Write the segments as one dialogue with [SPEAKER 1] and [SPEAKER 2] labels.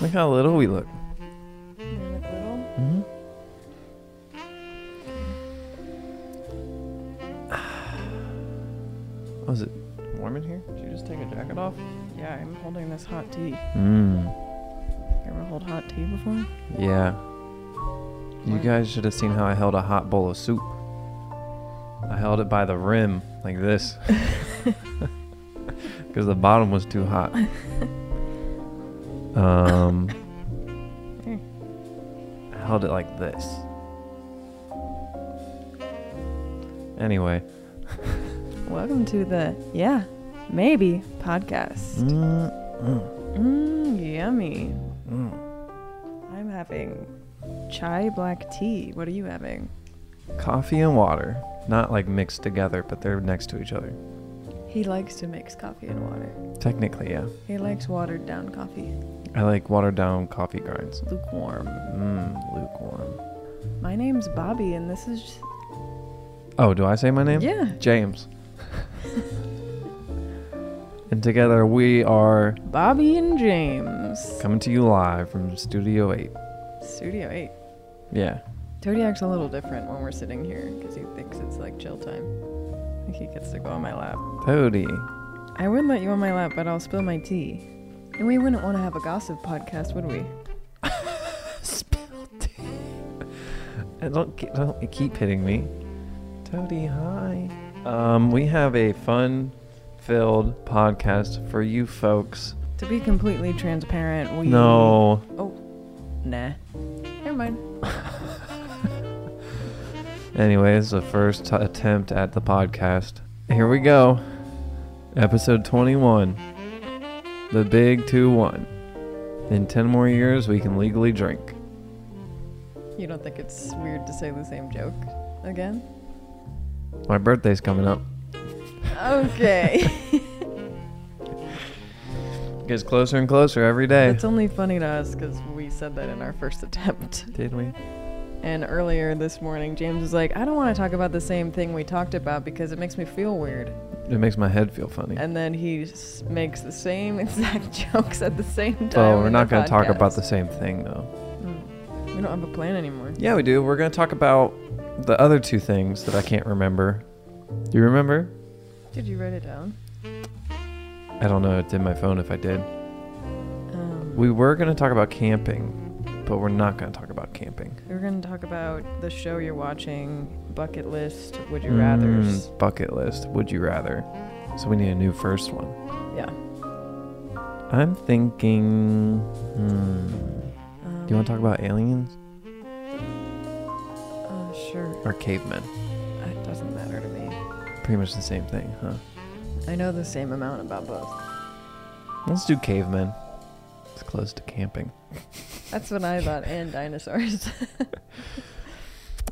[SPEAKER 1] Look how little we look.
[SPEAKER 2] They look little.
[SPEAKER 1] Oh, is it warm in here? Did you just take a jacket off?
[SPEAKER 2] Yeah, I'm holding this hot tea. You
[SPEAKER 1] Mmm.
[SPEAKER 2] ever hold hot tea before?
[SPEAKER 1] Yeah. You
[SPEAKER 2] What?
[SPEAKER 1] guys should have seen how I held a hot bowl of soup. I held it by the rim like this. Because the bottom was too hot. Um,
[SPEAKER 2] Here.
[SPEAKER 1] I held it like this. Anyway.
[SPEAKER 2] Welcome to the Yeah, Maybe podcast.
[SPEAKER 1] Mm,
[SPEAKER 2] Mmm, yummy.
[SPEAKER 1] mm,
[SPEAKER 2] I'm having chai black tea. What are you having?
[SPEAKER 1] mm. Coffee and water. Not like mixed together, but they're next to each other.
[SPEAKER 2] He likes to mix coffee and water.
[SPEAKER 1] Technically, yeah.
[SPEAKER 2] He likes watered down coffee,
[SPEAKER 1] I like watered down coffee grinds.
[SPEAKER 2] lukewarm.
[SPEAKER 1] Mmm, lukewarm.
[SPEAKER 2] My name's Bobby, and this is.
[SPEAKER 1] Oh, do I say my name?
[SPEAKER 2] Yeah,
[SPEAKER 1] James. and together we are
[SPEAKER 2] Bobby and James.
[SPEAKER 1] coming to you live from Studio 8.
[SPEAKER 2] Studio 8.
[SPEAKER 1] Yeah.
[SPEAKER 2] Tody acts a little different when we're sitting here because he thinks it's like chill time. I think he gets to go on my lap.
[SPEAKER 1] Toady.
[SPEAKER 2] I would let you on my lap, but I'll spill my tea. And we wouldn't want to have a gossip podcast, would we?
[SPEAKER 1] Uh, Don't, ke- don't you keep hitting me. Toady, hi. Um, we have a fun filled podcast for you folks.
[SPEAKER 2] To be completely transparent, we.
[SPEAKER 1] No.
[SPEAKER 2] Nah. Never mind.
[SPEAKER 1] Anyway, this is the first t- attempt at the podcast. Here we go. Episode 21. The Big 2 1. In 10 more years, we can legally drink.
[SPEAKER 2] You don't think it's weird to say the same joke again?
[SPEAKER 1] My birthday's coming up.
[SPEAKER 2] Okay.
[SPEAKER 1] Gets closer and closer every day.
[SPEAKER 2] it's only funny to us because we said that in our first attempt.
[SPEAKER 1] Did we?
[SPEAKER 2] And earlier this morning, James was like, I don't want to talk about the same thing we talked about because it makes me feel weird.
[SPEAKER 1] It makes my head feel funny.
[SPEAKER 2] And then he s- makes the same exact jokes at the same time.
[SPEAKER 1] Oh, we're
[SPEAKER 2] in
[SPEAKER 1] not
[SPEAKER 2] the
[SPEAKER 1] going to talk about
[SPEAKER 2] podcast.
[SPEAKER 1] the same thing, though.
[SPEAKER 2] Mm. We don't have a plan anymore.
[SPEAKER 1] Yeah, we do. We're going to talk about the other two things that I can't remember. Do you remember?
[SPEAKER 2] Did you write it down?
[SPEAKER 1] I don't know. It's in my phone if I did.
[SPEAKER 2] Um,
[SPEAKER 1] We were going to talk about camping, but we're not going to talk about camping.
[SPEAKER 2] we were going to talk about the show you're watching, Bucket List, Would You Rathers.
[SPEAKER 1] Mm, bucket list. Would you rather? So we need a new first one.
[SPEAKER 2] Yeah.
[SPEAKER 1] I'm thinking. Hmm,
[SPEAKER 2] Um,
[SPEAKER 1] do you want to talk about aliens
[SPEAKER 2] about? Uh, sure.
[SPEAKER 1] or cavemen?
[SPEAKER 2] It doesn't matter to me.
[SPEAKER 1] Pretty much the same thing, huh?
[SPEAKER 2] I know the same amount about both.
[SPEAKER 1] Let's do cavemen. It's close to camping.
[SPEAKER 2] That's what I thought, and dinosaurs.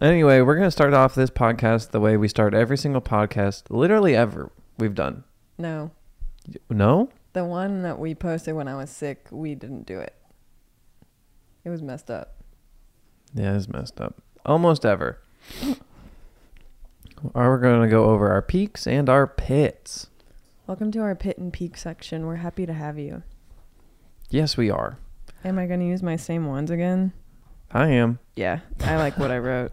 [SPEAKER 1] Anyway, we're gonna start off this podcast the way we start every single podcast, literally ever we've done.
[SPEAKER 2] no.
[SPEAKER 1] No,
[SPEAKER 2] The one that we posted when I was sick, we didn't do it. It was messed up.
[SPEAKER 1] Yeah, it's messed up. Almost ever. Are we going to go over our peaks and our pits?
[SPEAKER 2] Welcome to our pit and peak section. We're happy to have you.
[SPEAKER 1] Yes, we are.
[SPEAKER 2] Am I going to use my same ones again?
[SPEAKER 1] I am.
[SPEAKER 2] Yeah, I like what I wrote.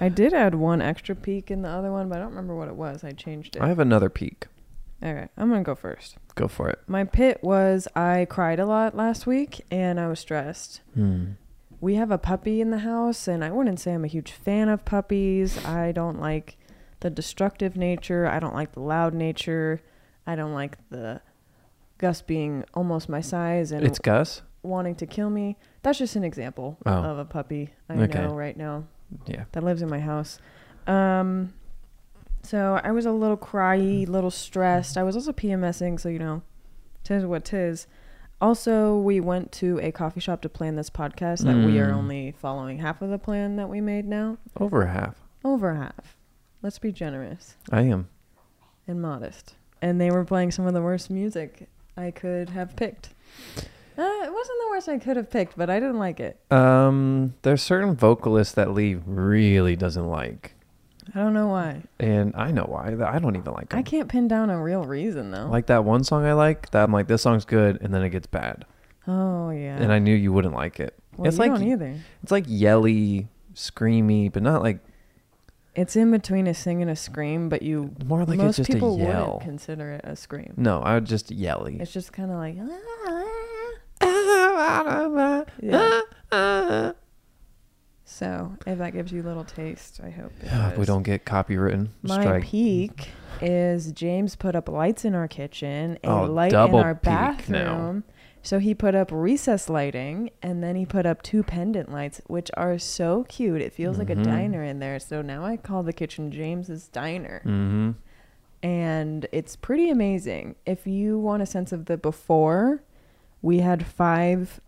[SPEAKER 2] I did add one extra peak in the other one, but I don't remember what it was. I changed it.
[SPEAKER 1] I have another peak.
[SPEAKER 2] okay, I'm going to go first.
[SPEAKER 1] Go for it.
[SPEAKER 2] My pit was I cried a lot last week and I was stressed.
[SPEAKER 1] Hmm.
[SPEAKER 2] We have a puppy in the house, and I wouldn't say I'm a huge fan of puppies. I don't like the destructive nature. I don't like the loud nature. I don't like the Gus being almost my size and
[SPEAKER 1] It's Gus.
[SPEAKER 2] wanting to kill me. That's just an example
[SPEAKER 1] Oh.
[SPEAKER 2] of a puppy I
[SPEAKER 1] Okay.
[SPEAKER 2] know right now
[SPEAKER 1] Yeah.
[SPEAKER 2] that lives in my house. Um, so I was a little cryy, little stressed. I was also PMSing, so you know, tis what tis. Also, we went to a coffee shop to plan this podcast that we are
[SPEAKER 1] Mm.
[SPEAKER 2] only following half of the plan that we made now.
[SPEAKER 1] Over half.
[SPEAKER 2] Over half. Let's be generous
[SPEAKER 1] I am.
[SPEAKER 2] and modest. And they were playing some of the worst music I could have picked. Uh, it wasn't the worst I could have picked, but I didn't like it.
[SPEAKER 1] Um, there's certain vocalists that Lee really doesn't like,
[SPEAKER 2] I don't know why.
[SPEAKER 1] and I know why. I don't even like 'em.
[SPEAKER 2] I can't pin down a real reason though.
[SPEAKER 1] Like that one song I like. That I'm like, this song's good, and then it gets bad.
[SPEAKER 2] Oh yeah.
[SPEAKER 1] and I knew you wouldn't like it.
[SPEAKER 2] well,
[SPEAKER 1] it's
[SPEAKER 2] you
[SPEAKER 1] like
[SPEAKER 2] don't either.
[SPEAKER 1] it's like yelly, screamy, but not like
[SPEAKER 2] It's in between a sing and a scream, but you
[SPEAKER 1] more like
[SPEAKER 2] most
[SPEAKER 1] it's just a
[SPEAKER 2] people
[SPEAKER 1] yell. Mm.
[SPEAKER 2] wouldn't consider it a scream.
[SPEAKER 1] no, I would just yelly.
[SPEAKER 2] It's just kind of like "Ah." Yeah.
[SPEAKER 1] Yeah.
[SPEAKER 2] so. If that gives you a little taste, I hope. it
[SPEAKER 1] If we
[SPEAKER 2] does.
[SPEAKER 1] don't get copywritten,
[SPEAKER 2] My
[SPEAKER 1] strike.
[SPEAKER 2] peak is James put up lights in our kitchen, a
[SPEAKER 1] Oh,
[SPEAKER 2] light in
[SPEAKER 1] double
[SPEAKER 2] our
[SPEAKER 1] peak now.
[SPEAKER 2] bathroom. So he put up recess lighting and then he put up two pendant lights, which are so cute. It feels like a
[SPEAKER 1] Mhm.
[SPEAKER 2] diner in there. So now I call the kitchen James's Diner.
[SPEAKER 1] mm-hmm.
[SPEAKER 2] And it's pretty amazing. If you want a sense of the before, we had five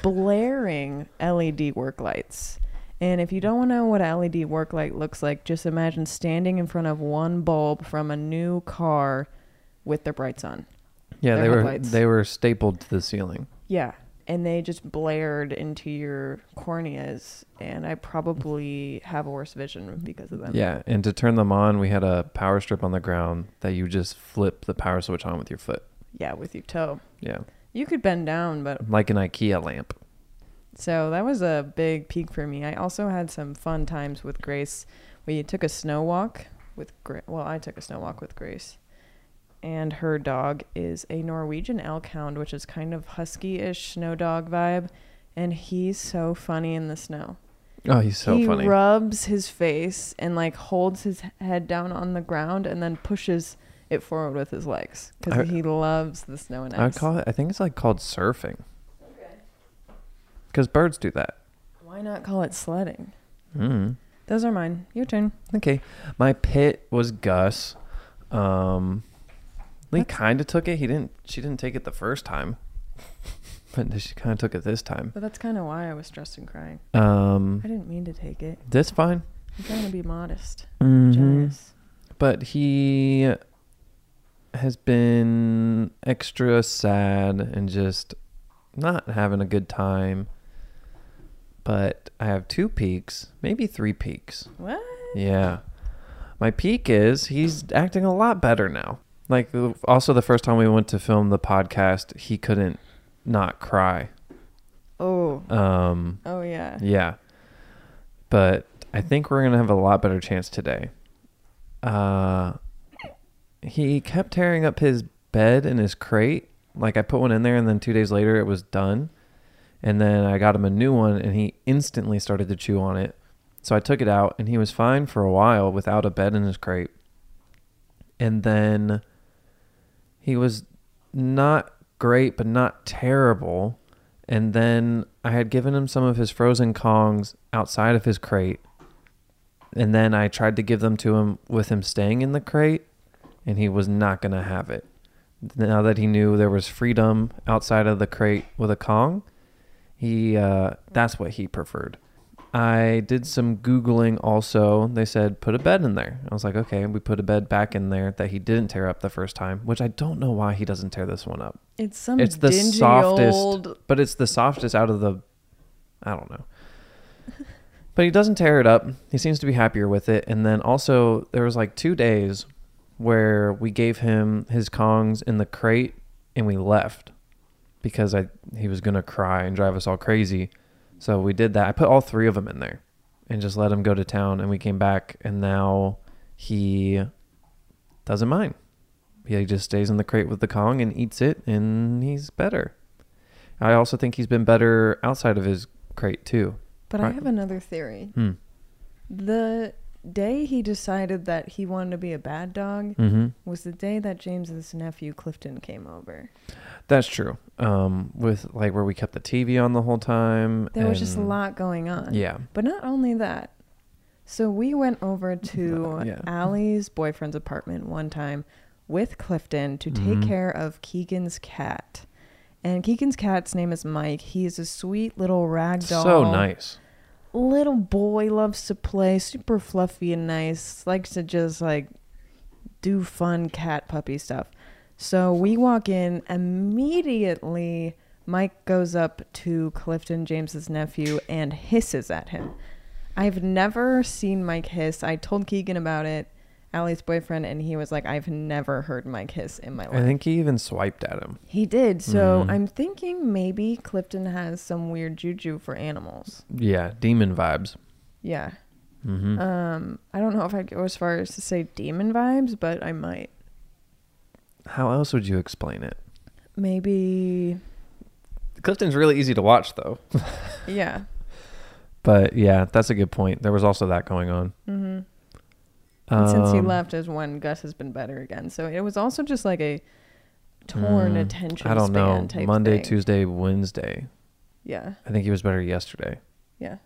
[SPEAKER 2] blaring LED work lights. And if you don't want to know what a LED work light looks like, just imagine standing in front of one bulb from a new car with their brights on.
[SPEAKER 1] Yeah,
[SPEAKER 2] Their
[SPEAKER 1] they were
[SPEAKER 2] headlights.
[SPEAKER 1] they were stapled to the ceiling.
[SPEAKER 2] Yeah. And they just blared into your corneas. And I probably have a worse vision because of them.
[SPEAKER 1] Yeah, and to turn them on, we had a power strip on the ground that you just flip the power switch on with your foot.
[SPEAKER 2] Yeah, with your toe.
[SPEAKER 1] Yeah,
[SPEAKER 2] You could bend down, but
[SPEAKER 1] like an IKEA lamp.
[SPEAKER 2] So that was a big peak for me. I also had some fun times with Grace. We took a snow walk with Grace. Well, I took a snow walk with Grace. And her dog is a Norwegian elk hound, which is kind of husky ish snow dog vibe. And he's so funny in the snow.
[SPEAKER 1] Oh, he's so
[SPEAKER 2] he
[SPEAKER 1] funny.
[SPEAKER 2] rubs his face and like holds his head down on the ground and then pushes it forward with his legs
[SPEAKER 1] I-
[SPEAKER 2] because he loves the snow and ice.
[SPEAKER 1] I would call it. I think it's like called surfing. Because birds do that.
[SPEAKER 2] Why not call it sledding?
[SPEAKER 1] Mm.
[SPEAKER 2] Those are mine. Your turn.
[SPEAKER 1] Okay, my pit was Gus. Um, Lee kind of took it. He didn't. She didn't take it the first time, but she kind of took it this time.
[SPEAKER 2] But that's kind of why I was stressed and crying.
[SPEAKER 1] Um,
[SPEAKER 2] I didn't mean to take it.
[SPEAKER 1] that's fine.
[SPEAKER 2] I'm trying to be modest,
[SPEAKER 1] Mhm.
[SPEAKER 2] generous.
[SPEAKER 1] but he has been extra sad and just not having a good time. But I have two peaks, maybe three peaks.
[SPEAKER 2] What?
[SPEAKER 1] Yeah. My peak is he's acting a lot better now. Like, also, the first time we went to film the podcast, he couldn't not cry.
[SPEAKER 2] Oh,
[SPEAKER 1] Um,
[SPEAKER 2] oh yeah.
[SPEAKER 1] yeah. But I think we're going to have a lot better chance today. Uh, he kept tearing up his bed and his crate. Like I put one in there and then 2 days later it was done. And then I got him a new one and he instantly started to chew on it. So I took it out and he was fine for a while without a bed in his crate. And then he was not great but not terrible. And then I had given him some of his frozen Kongs outside of his crate. And then I tried to give them to him with him staying in the crate, and he was not going to have it. Now that he knew there was freedom outside of the crate with a Kong, he uh, that's what he preferred. I did some Googling also. They said put a bed in there. I was like, okay, we put a bed back in there that he didn't tear up the first time, which I don't know why he doesn't tear this one up
[SPEAKER 2] It's some
[SPEAKER 1] it's the
[SPEAKER 2] dingy
[SPEAKER 1] softest
[SPEAKER 2] old.
[SPEAKER 1] but it's the softest out of the i don't know but he doesn't tear it up he seems to be happier with it and then also there was like two days where we gave him his kongs in the crate and we left because i he was gonna cry and drive us all crazy so we did that i put all three of them in there and just let him go to town and we came back and now he doesn't mind he just stays in the crate with the Kong and eats it, and he's better. I also think he's been better outside of his crate too.
[SPEAKER 2] But I
[SPEAKER 1] Right.
[SPEAKER 2] have another theory.
[SPEAKER 1] Hmm.
[SPEAKER 2] The day he decided that he wanted to be a bad dog
[SPEAKER 1] Mm-hmm.
[SPEAKER 2] was the day that James's nephew Clifton came over.
[SPEAKER 1] That's true. Um, with like where we kept the TV on the whole time.
[SPEAKER 2] There was just a
[SPEAKER 1] and-
[SPEAKER 2] lot going on.
[SPEAKER 1] Yeah.
[SPEAKER 2] But not only that. So we went over to
[SPEAKER 1] Uh, yeah.
[SPEAKER 2] Allie's boyfriend's apartment one time with Clifton to take
[SPEAKER 1] Mhm.
[SPEAKER 2] care of Keegan's cat. And Keegan's cat's name is Mike. He is a sweet little rag doll.
[SPEAKER 1] So nice.
[SPEAKER 2] Little boy loves to play, super fluffy and nice, likes to just like do fun cat puppy stuff. So we walk in immediately. Mike goes up to Clifton, James's nephew, and hisses at him. I've never seen Mike hiss. I told Keegan about it, Allie's boyfriend, and he was like, I've never heard my kiss in my
[SPEAKER 1] I
[SPEAKER 2] life.
[SPEAKER 1] think he even swiped at him.
[SPEAKER 2] he did. So
[SPEAKER 1] Mhm.
[SPEAKER 2] I'm thinking maybe Clifton has some weird juju for animals.
[SPEAKER 1] Yeah, demon vibes.
[SPEAKER 2] Yeah.
[SPEAKER 1] Mm-hmm.
[SPEAKER 2] Um, I don't know if I'd go as far as to say demon vibes, but I might.
[SPEAKER 1] How else would you explain it?
[SPEAKER 2] Maybe.
[SPEAKER 1] Clifton's really easy to watch though.
[SPEAKER 2] Yeah.
[SPEAKER 1] But yeah, that's a good point. There was also that going on.
[SPEAKER 2] Mm-hmm. And since he
[SPEAKER 1] Um,
[SPEAKER 2] left is when Gus has been better again. So it was also just like a torn
[SPEAKER 1] Mm,
[SPEAKER 2] attention.
[SPEAKER 1] I don't
[SPEAKER 2] span
[SPEAKER 1] know.
[SPEAKER 2] Type
[SPEAKER 1] Monday,
[SPEAKER 2] thing.
[SPEAKER 1] Tuesday, Wednesday.
[SPEAKER 2] Yeah.
[SPEAKER 1] I think he was better yesterday.
[SPEAKER 2] Yeah.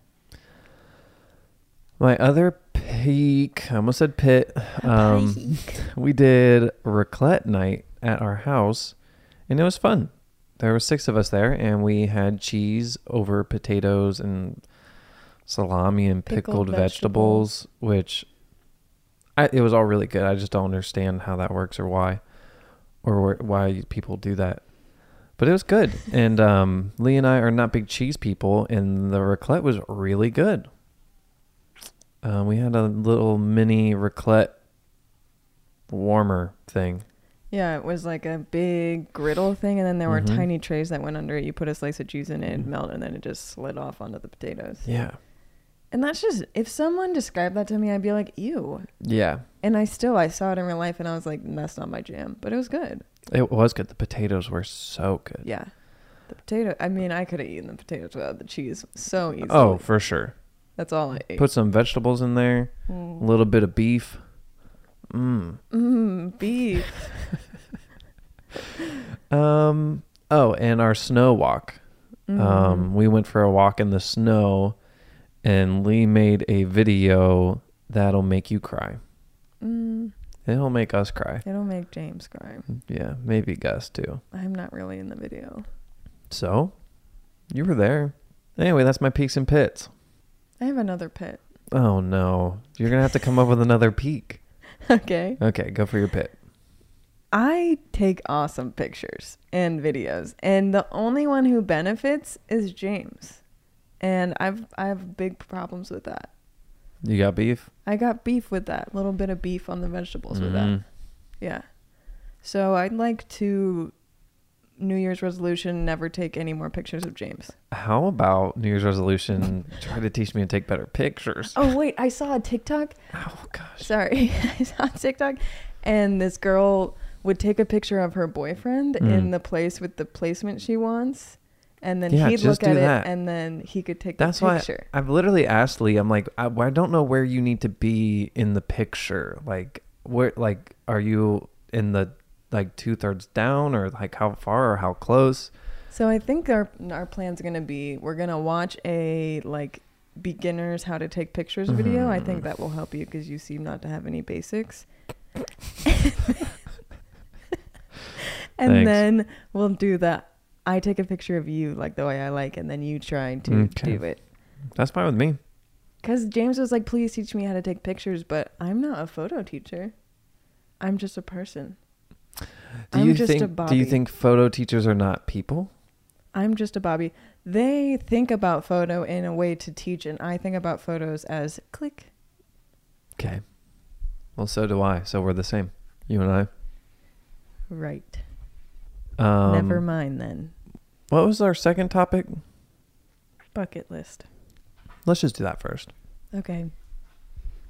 [SPEAKER 1] My other peak, I almost said pit. Um, we did raclette night at our house, and it was fun. There were six of us there, and we had cheese over potatoes and salami and pickled,
[SPEAKER 2] Pickled
[SPEAKER 1] vegetables, which I, it was all really good. I just don't understand how that works or why, or wh- why people do that. But it was good, and um, Lee and I are not big cheese people, and the raclette was really good. Um, we had a little mini raclette warmer thing.
[SPEAKER 2] yeah, it was like a big griddle thing, and then there were
[SPEAKER 1] Mhm.
[SPEAKER 2] tiny trays that went under it. You put a slice of cheese in it, it'd melt, and then it just slid off onto the potatoes.
[SPEAKER 1] Yeah,
[SPEAKER 2] And that's just, if someone described that to me, I'd be like, ew.
[SPEAKER 1] yeah,
[SPEAKER 2] And I still, I saw it in real life, and I was like, that's not my jam. But it was good.
[SPEAKER 1] it was good. The potatoes were so good.
[SPEAKER 2] Yeah. The potato, I mean, I could have eaten the potatoes without the cheese so easily.
[SPEAKER 1] oh, for sure.
[SPEAKER 2] That's all I ate.
[SPEAKER 1] Put some vegetables in there, a
[SPEAKER 2] Mm.
[SPEAKER 1] little bit of beef. Mmm.
[SPEAKER 2] Mm, beef.
[SPEAKER 1] Um. Oh, and our snow walk.
[SPEAKER 2] Mm.
[SPEAKER 1] Um, we went for a walk in the snow, and Lee made a video that'll make you cry.
[SPEAKER 2] Mm,
[SPEAKER 1] It'll make us cry.
[SPEAKER 2] it'll make James cry.
[SPEAKER 1] Yeah, maybe Gus too.
[SPEAKER 2] I'm not really in the video.
[SPEAKER 1] So, you were there. Anyway, that's my peaks and pits.
[SPEAKER 2] I have another pit.
[SPEAKER 1] Oh no, you're gonna have to come up with another peak.
[SPEAKER 2] Okay.
[SPEAKER 1] Okay, go for your pit.
[SPEAKER 2] I take awesome pictures and videos, and the only one who benefits is James. And I've I have big problems with that.
[SPEAKER 1] You got beef.
[SPEAKER 2] I got beef with that. little bit of beef on the vegetables with that.
[SPEAKER 1] Mhm.
[SPEAKER 2] Yeah. So I'd like to New Year's resolution never take any more pictures of James.
[SPEAKER 1] How about New Year's resolution? try to teach me to take better pictures.
[SPEAKER 2] Oh wait, I saw a TikTok
[SPEAKER 1] Oh gosh.
[SPEAKER 2] sorry, I saw on TikTok, and this girl would take a picture of her boyfriend in
[SPEAKER 1] Mm.
[SPEAKER 2] the place with the placement she wants, and then
[SPEAKER 1] Yeah,
[SPEAKER 2] he'd
[SPEAKER 1] just
[SPEAKER 2] look at
[SPEAKER 1] do
[SPEAKER 2] it,
[SPEAKER 1] that.
[SPEAKER 2] and then he could take
[SPEAKER 1] That's
[SPEAKER 2] the
[SPEAKER 1] why
[SPEAKER 2] picture.
[SPEAKER 1] I've literally asked Lee. I'm like, I, I don't know where you need to be in the picture. Like, where, like, are you in the like two thirds down, or like how far or how close?
[SPEAKER 2] So I think our our plan's gonna be we're gonna watch a like beginners how to take pictures
[SPEAKER 1] Mm-hmm.
[SPEAKER 2] video. I think that will help you because you seem not to have any basics. and
[SPEAKER 1] Thanks.
[SPEAKER 2] then we'll do the I take a picture of you like the way I like, and then you try to
[SPEAKER 1] Okay.
[SPEAKER 2] do it.
[SPEAKER 1] That's fine with me.
[SPEAKER 2] Because James was like, please teach me how to take pictures, but I'm not a photo teacher. I'm just a person.
[SPEAKER 1] Do
[SPEAKER 2] I'm
[SPEAKER 1] you
[SPEAKER 2] just
[SPEAKER 1] think?
[SPEAKER 2] a
[SPEAKER 1] Do you
[SPEAKER 2] Bobby.
[SPEAKER 1] think photo teachers are not people?
[SPEAKER 2] I'm just a Bobby. They think about photo in a way to teach, and I think about photos as click.
[SPEAKER 1] Okay. Well, so do I. So we're the same. You and
[SPEAKER 2] Right.
[SPEAKER 1] I. Um,
[SPEAKER 2] Never mind then.
[SPEAKER 1] What was our second topic?
[SPEAKER 2] Bucket list.
[SPEAKER 1] Let's just do that first.
[SPEAKER 2] Okay.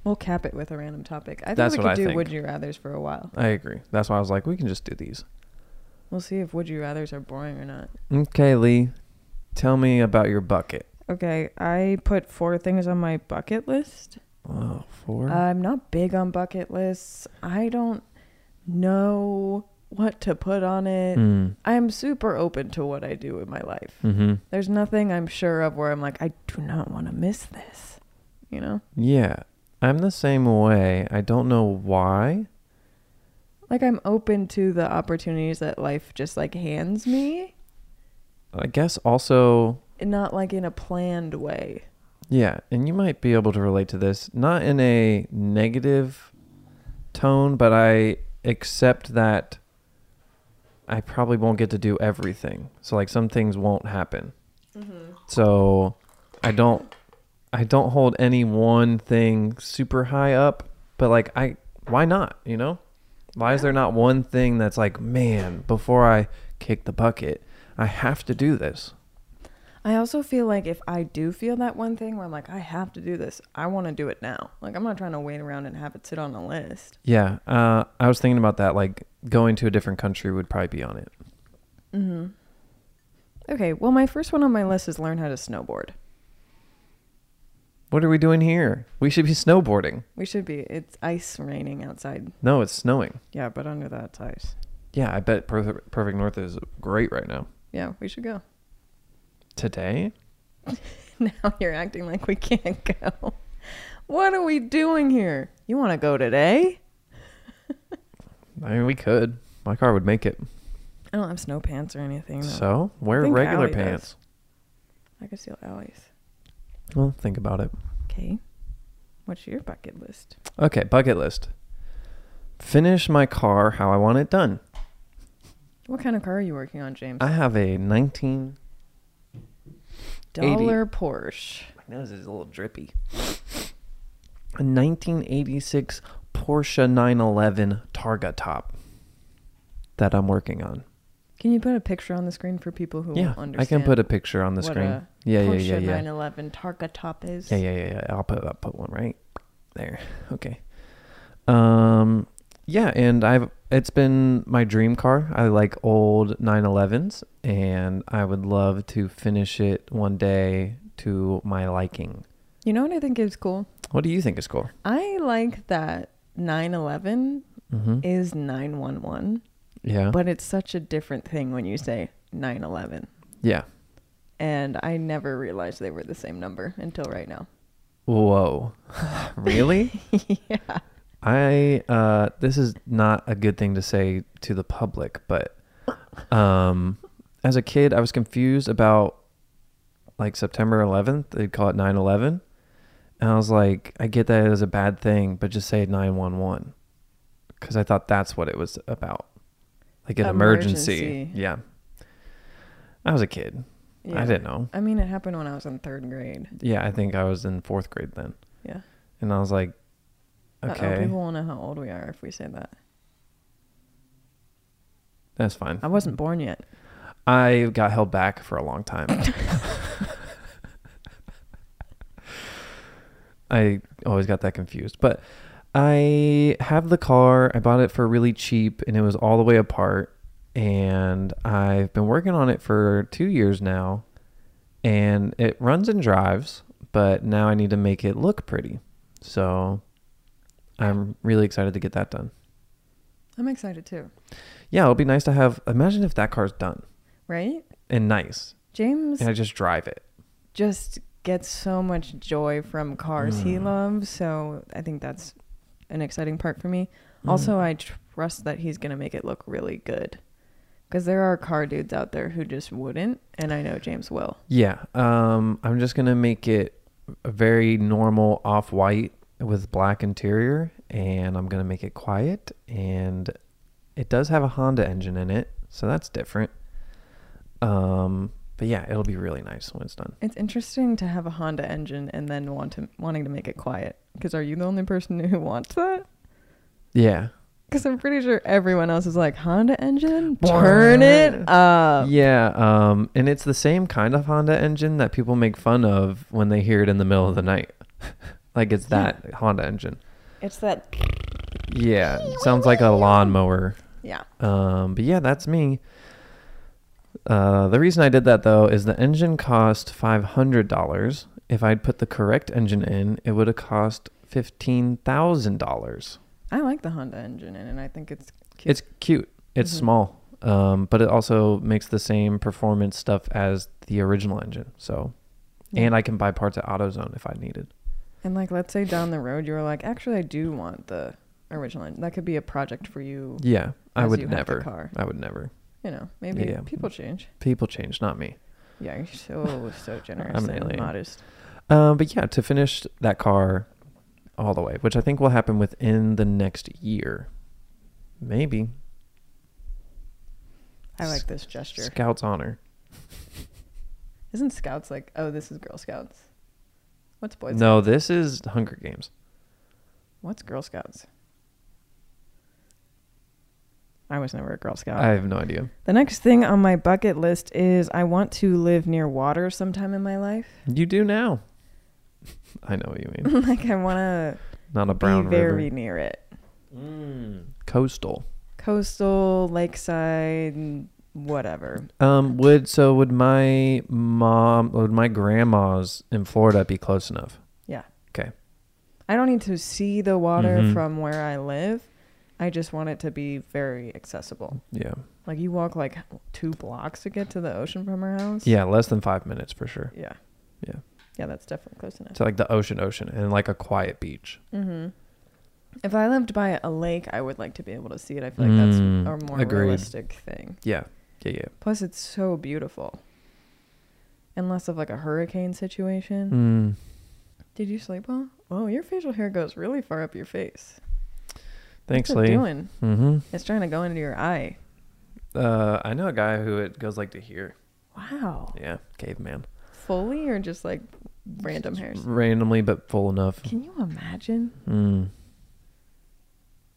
[SPEAKER 2] We'll cap it with a random topic. I think
[SPEAKER 1] That's what
[SPEAKER 2] we could
[SPEAKER 1] I
[SPEAKER 2] do
[SPEAKER 1] think.
[SPEAKER 2] would you rather's for a while.
[SPEAKER 1] I agree. That's why I was like, we can just do these.
[SPEAKER 2] We'll see if would you rather's are boring or not.
[SPEAKER 1] Okay, Lee. Tell me about your bucket.
[SPEAKER 2] Okay, I put four things on my bucket list.
[SPEAKER 1] Oh, four.
[SPEAKER 2] I'm not big on bucket lists. I don't know what to put on it.
[SPEAKER 1] mm.
[SPEAKER 2] I'm super open to what I do in my life.
[SPEAKER 1] Mm-hmm.
[SPEAKER 2] There's nothing I'm sure of where I'm like, I do not want to miss this. You know?
[SPEAKER 1] Yeah, I'm the same way. I don't know why.
[SPEAKER 2] Like I'm open to the opportunities that life just like hands me,
[SPEAKER 1] I guess also,
[SPEAKER 2] and not like in a planned way.
[SPEAKER 1] yeah, and you might be able to relate to this, not in a negative tone, but I accept that I probably won't get to do everything. So like some things won't happen. So I don't I don't hold any one thing super high up, but like I why not? You know, why is there not one thing that's like, man, before I kick the bucket, I have to do this.
[SPEAKER 2] I also feel like if I do feel that one thing where I'm like, I have to do this, I want to do it now. Like, I'm not trying to wait around and have it sit on a list.
[SPEAKER 1] Yeah, uh, I was thinking about that. Like going to a different country would probably be on it.
[SPEAKER 2] hmm Okay, well, my first one on my list is learn how to snowboard.
[SPEAKER 1] What are we doing here? We should be snowboarding.
[SPEAKER 2] We should be. It's ice raining outside.
[SPEAKER 1] No, it's snowing.
[SPEAKER 2] Yeah, but under that, it's ice.
[SPEAKER 1] Yeah, I bet Perf- Perfect North is great right now.
[SPEAKER 2] Yeah, we should go.
[SPEAKER 1] Today?
[SPEAKER 2] Now you're acting like we can't go. What are we doing here? You want to go today?
[SPEAKER 1] I mean, we could. My car would make it.
[SPEAKER 2] I don't have snow pants or anything. though.
[SPEAKER 1] So wear
[SPEAKER 2] think
[SPEAKER 1] regular
[SPEAKER 2] Allie does.
[SPEAKER 1] pants.
[SPEAKER 2] I could steal Allie's.
[SPEAKER 1] Well, think about it.
[SPEAKER 2] Okay. What's your bucket list?
[SPEAKER 1] Okay, bucket list. Finish my car how I want it done.
[SPEAKER 2] What kind of car are you working on, James?
[SPEAKER 1] I have a 19.
[SPEAKER 2] Dollar Porsche.
[SPEAKER 1] My nose is a little drippy. A 1986 Porsche 911 Targa top that I'm working on.
[SPEAKER 2] Can you put a picture on the screen for people who
[SPEAKER 1] yeah,
[SPEAKER 2] won't understand?
[SPEAKER 1] I can put a picture on the
[SPEAKER 2] what
[SPEAKER 1] screen.
[SPEAKER 2] a
[SPEAKER 1] yeah, yeah,
[SPEAKER 2] Porsche
[SPEAKER 1] yeah, yeah.
[SPEAKER 2] 911 Targa top is.
[SPEAKER 1] Yeah, yeah, yeah, yeah. I'll put I'll put one right there. Okay. Um yeah, and I've it's been my dream car. I like old 911s and I would love to finish it one day to my liking.
[SPEAKER 2] You know what I think is cool?
[SPEAKER 1] What do you think is cool?
[SPEAKER 2] I like that 911
[SPEAKER 1] Mhm.
[SPEAKER 2] is 911,
[SPEAKER 1] Yeah.
[SPEAKER 2] but it's such a different thing when you say 911.
[SPEAKER 1] yeah.
[SPEAKER 2] And I never realized they were the same number until right now.
[SPEAKER 1] Whoa. really?
[SPEAKER 2] yeah.
[SPEAKER 1] I uh this is not a good thing to say to the public, but um as a kid I was confused about like September 11th, they'd call it 9/11. And I was like, I get that as a bad thing, but just say 911 cuz I thought that's what it was about. Like an emergency.
[SPEAKER 2] Emergency.
[SPEAKER 1] Yeah. I was a kid.
[SPEAKER 2] yeah.
[SPEAKER 1] I didn't know.
[SPEAKER 2] I mean, it happened when I was in third grade.
[SPEAKER 1] Yeah, I think I was in 4th grade then.
[SPEAKER 2] Yeah.
[SPEAKER 1] And I was like,
[SPEAKER 2] Uh-oh,
[SPEAKER 1] okay,
[SPEAKER 2] people will know how old we are if we say that.
[SPEAKER 1] that's fine.
[SPEAKER 2] I wasn't born yet.
[SPEAKER 1] I got held back for a long time. I always got that confused. But I have the car. I bought it for really cheap and it was all the way apart. And I've been working on it for two years now. And it runs and drives, but now I need to make it look pretty. So I'm really excited to get that done.
[SPEAKER 2] I'm excited too,
[SPEAKER 1] Yeah, it'll be nice to have. Imagine if that car's done
[SPEAKER 2] right?
[SPEAKER 1] and nice
[SPEAKER 2] James
[SPEAKER 1] and I just drive it.
[SPEAKER 2] just gets so much joy from cars he
[SPEAKER 1] Mm.
[SPEAKER 2] loves. So I think that's an exciting part for me.
[SPEAKER 1] Mm.
[SPEAKER 2] Also, I trust that he's going to make it look really good. Because there are car dudes out there who just wouldn't. And I know James will.
[SPEAKER 1] Yeah. Um, I'm just gonna make it a very normal off white with black interior, and I'm gonna make it quiet. And it does have a Honda engine in it, so that's different. Um, but yeah, it'll be really nice when it's done.
[SPEAKER 2] It's interesting to have a Honda engine and then want to, wanting to make it quiet. Because are you the only person who wants that?
[SPEAKER 1] Yeah.
[SPEAKER 2] Because I'm pretty sure everyone else is like, Honda engine? Turn it up.
[SPEAKER 1] Yeah. Um, and it's the same kind of Honda engine that people make fun of when they hear it in the middle of the night. like it's that Honda engine.
[SPEAKER 2] It's that,
[SPEAKER 1] Yeah. Sounds like a lawnmower.
[SPEAKER 2] yeah.
[SPEAKER 1] Um, but yeah, that's me. Uh, the reason I did that though is the engine cost five hundred dollars. If I'd put the correct engine in, it would have cost fifteen thousand dollars.
[SPEAKER 2] I like the Honda engine in it, and I think it's cute.
[SPEAKER 1] It's cute. It's
[SPEAKER 2] Mhm.
[SPEAKER 1] small, um, but it also makes the same performance stuff as the original engine. So,
[SPEAKER 2] Yeah.
[SPEAKER 1] and I can buy parts at AutoZone if I needed.
[SPEAKER 2] And like, let's say down the road you were like, actually, I do want the original. And that could be a project for you.
[SPEAKER 1] Yeah, I
[SPEAKER 2] as
[SPEAKER 1] would
[SPEAKER 2] you have the
[SPEAKER 1] never.
[SPEAKER 2] car.
[SPEAKER 1] I would never.
[SPEAKER 2] You know, maybe
[SPEAKER 1] Yeah.
[SPEAKER 2] people change.
[SPEAKER 1] People change, not me.
[SPEAKER 2] Yeah, you're so so generous
[SPEAKER 1] I'm an
[SPEAKER 2] and
[SPEAKER 1] alien.
[SPEAKER 2] modest.
[SPEAKER 1] Um, but yeah, to finish that car all the way, which I think will happen within the next year, maybe.
[SPEAKER 2] I like this gesture.
[SPEAKER 1] Scout's honor.
[SPEAKER 2] Isn't Scouts like? Oh, this is Girl Scouts. What's Boy Scouts?
[SPEAKER 1] no, this is Hunger Games.
[SPEAKER 2] What's Girl Scouts? I was never a Girl Scout.
[SPEAKER 1] I have no idea.
[SPEAKER 2] the next thing on my bucket list is I want to live near water sometime in my life.
[SPEAKER 1] You do now. I know what you mean.
[SPEAKER 2] like I want to
[SPEAKER 1] Not a
[SPEAKER 2] be
[SPEAKER 1] brown
[SPEAKER 2] very
[SPEAKER 1] river.
[SPEAKER 2] near it.
[SPEAKER 1] Mm, coastal.
[SPEAKER 2] Coastal, lakeside, whatever.
[SPEAKER 1] Um, would so would my mom would my grandma's in Florida be close enough?
[SPEAKER 2] I don't need to see the water
[SPEAKER 1] Mhm.
[SPEAKER 2] from where I live. I just want it to be very accessible.
[SPEAKER 1] Yeah.
[SPEAKER 2] Like you walk like two blocks to get to the ocean from our house.
[SPEAKER 1] Yeah, less than five minutes for sure.
[SPEAKER 2] Yeah.
[SPEAKER 1] Yeah.
[SPEAKER 2] Yeah, that's definitely close enough.
[SPEAKER 1] To like the ocean ocean and like a quiet beach.
[SPEAKER 2] hmm If I lived by a lake, I would like to be able to see it. I feel like
[SPEAKER 1] Mm,
[SPEAKER 2] that's a more
[SPEAKER 1] agreed.
[SPEAKER 2] realistic thing.
[SPEAKER 1] Yeah. Yeah, yeah.
[SPEAKER 2] Plus, it's so beautiful. Unless of like a hurricane situation.
[SPEAKER 1] Mm.
[SPEAKER 2] Did you sleep well? Whoa, your facial hair goes really far up your face.
[SPEAKER 1] Thanks,
[SPEAKER 2] What's it
[SPEAKER 1] Lee.
[SPEAKER 2] doing?
[SPEAKER 1] Mm-hmm.
[SPEAKER 2] It's trying to go into your eye.
[SPEAKER 1] Uh, I know a guy who it goes like to here.
[SPEAKER 2] Wow.
[SPEAKER 1] Yeah, caveman.
[SPEAKER 2] Fully or just like random hairs?
[SPEAKER 1] Mm. Randomly, but full enough.
[SPEAKER 2] Can you imagine?
[SPEAKER 1] Mm.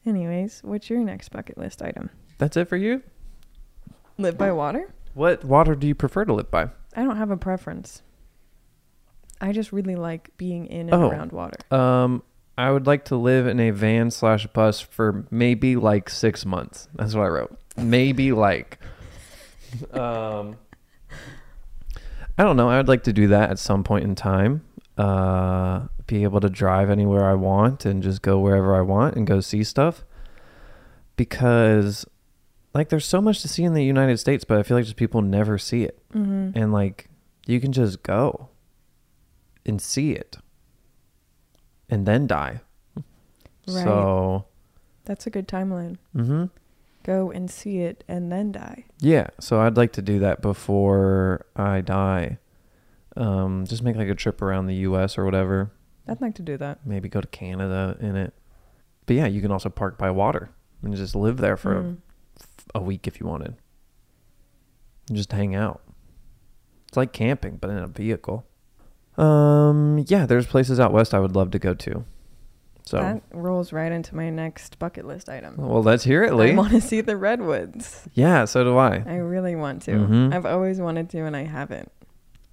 [SPEAKER 2] Anyways, what's your next bucket list item?
[SPEAKER 1] That's it for you.
[SPEAKER 2] Live by water?
[SPEAKER 1] What water do you prefer to live by?
[SPEAKER 2] I don't have a preference. I just really like being in and
[SPEAKER 1] Oh.
[SPEAKER 2] around water.
[SPEAKER 1] Um, I would like to live in a van slash bus for maybe like six months. That's what I wrote. Maybe like. um, I don't know. I would like to do that at some point in time. Uh, be able to drive anywhere I want and just go wherever I want and go see stuff. Because, like, there's so much to see in the United States, but I feel like just people never see it
[SPEAKER 2] Mm-hmm.
[SPEAKER 1] and like you can just go and see it and then die
[SPEAKER 2] Right.
[SPEAKER 1] so
[SPEAKER 2] That's a good timeline.
[SPEAKER 1] hmm
[SPEAKER 2] Go and see it and then die.
[SPEAKER 1] yeah so i'd like to do that before i die um just make like a trip around the us or whatever
[SPEAKER 2] I'd like to do that.
[SPEAKER 1] maybe go to canada in it but yeah you can also park by water and just live there for
[SPEAKER 2] Mm.
[SPEAKER 1] a, a week if you wanted and just hang out it's like camping but in a vehicle um yeah there's places out west i would love to go to so
[SPEAKER 2] That rolls right into my next bucket list item.
[SPEAKER 1] well let's hear it
[SPEAKER 2] I
[SPEAKER 1] lee
[SPEAKER 2] want to see the redwoods.
[SPEAKER 1] yeah so do i
[SPEAKER 2] I really want to.
[SPEAKER 1] Mhm.
[SPEAKER 2] I've always wanted to, and I haven't.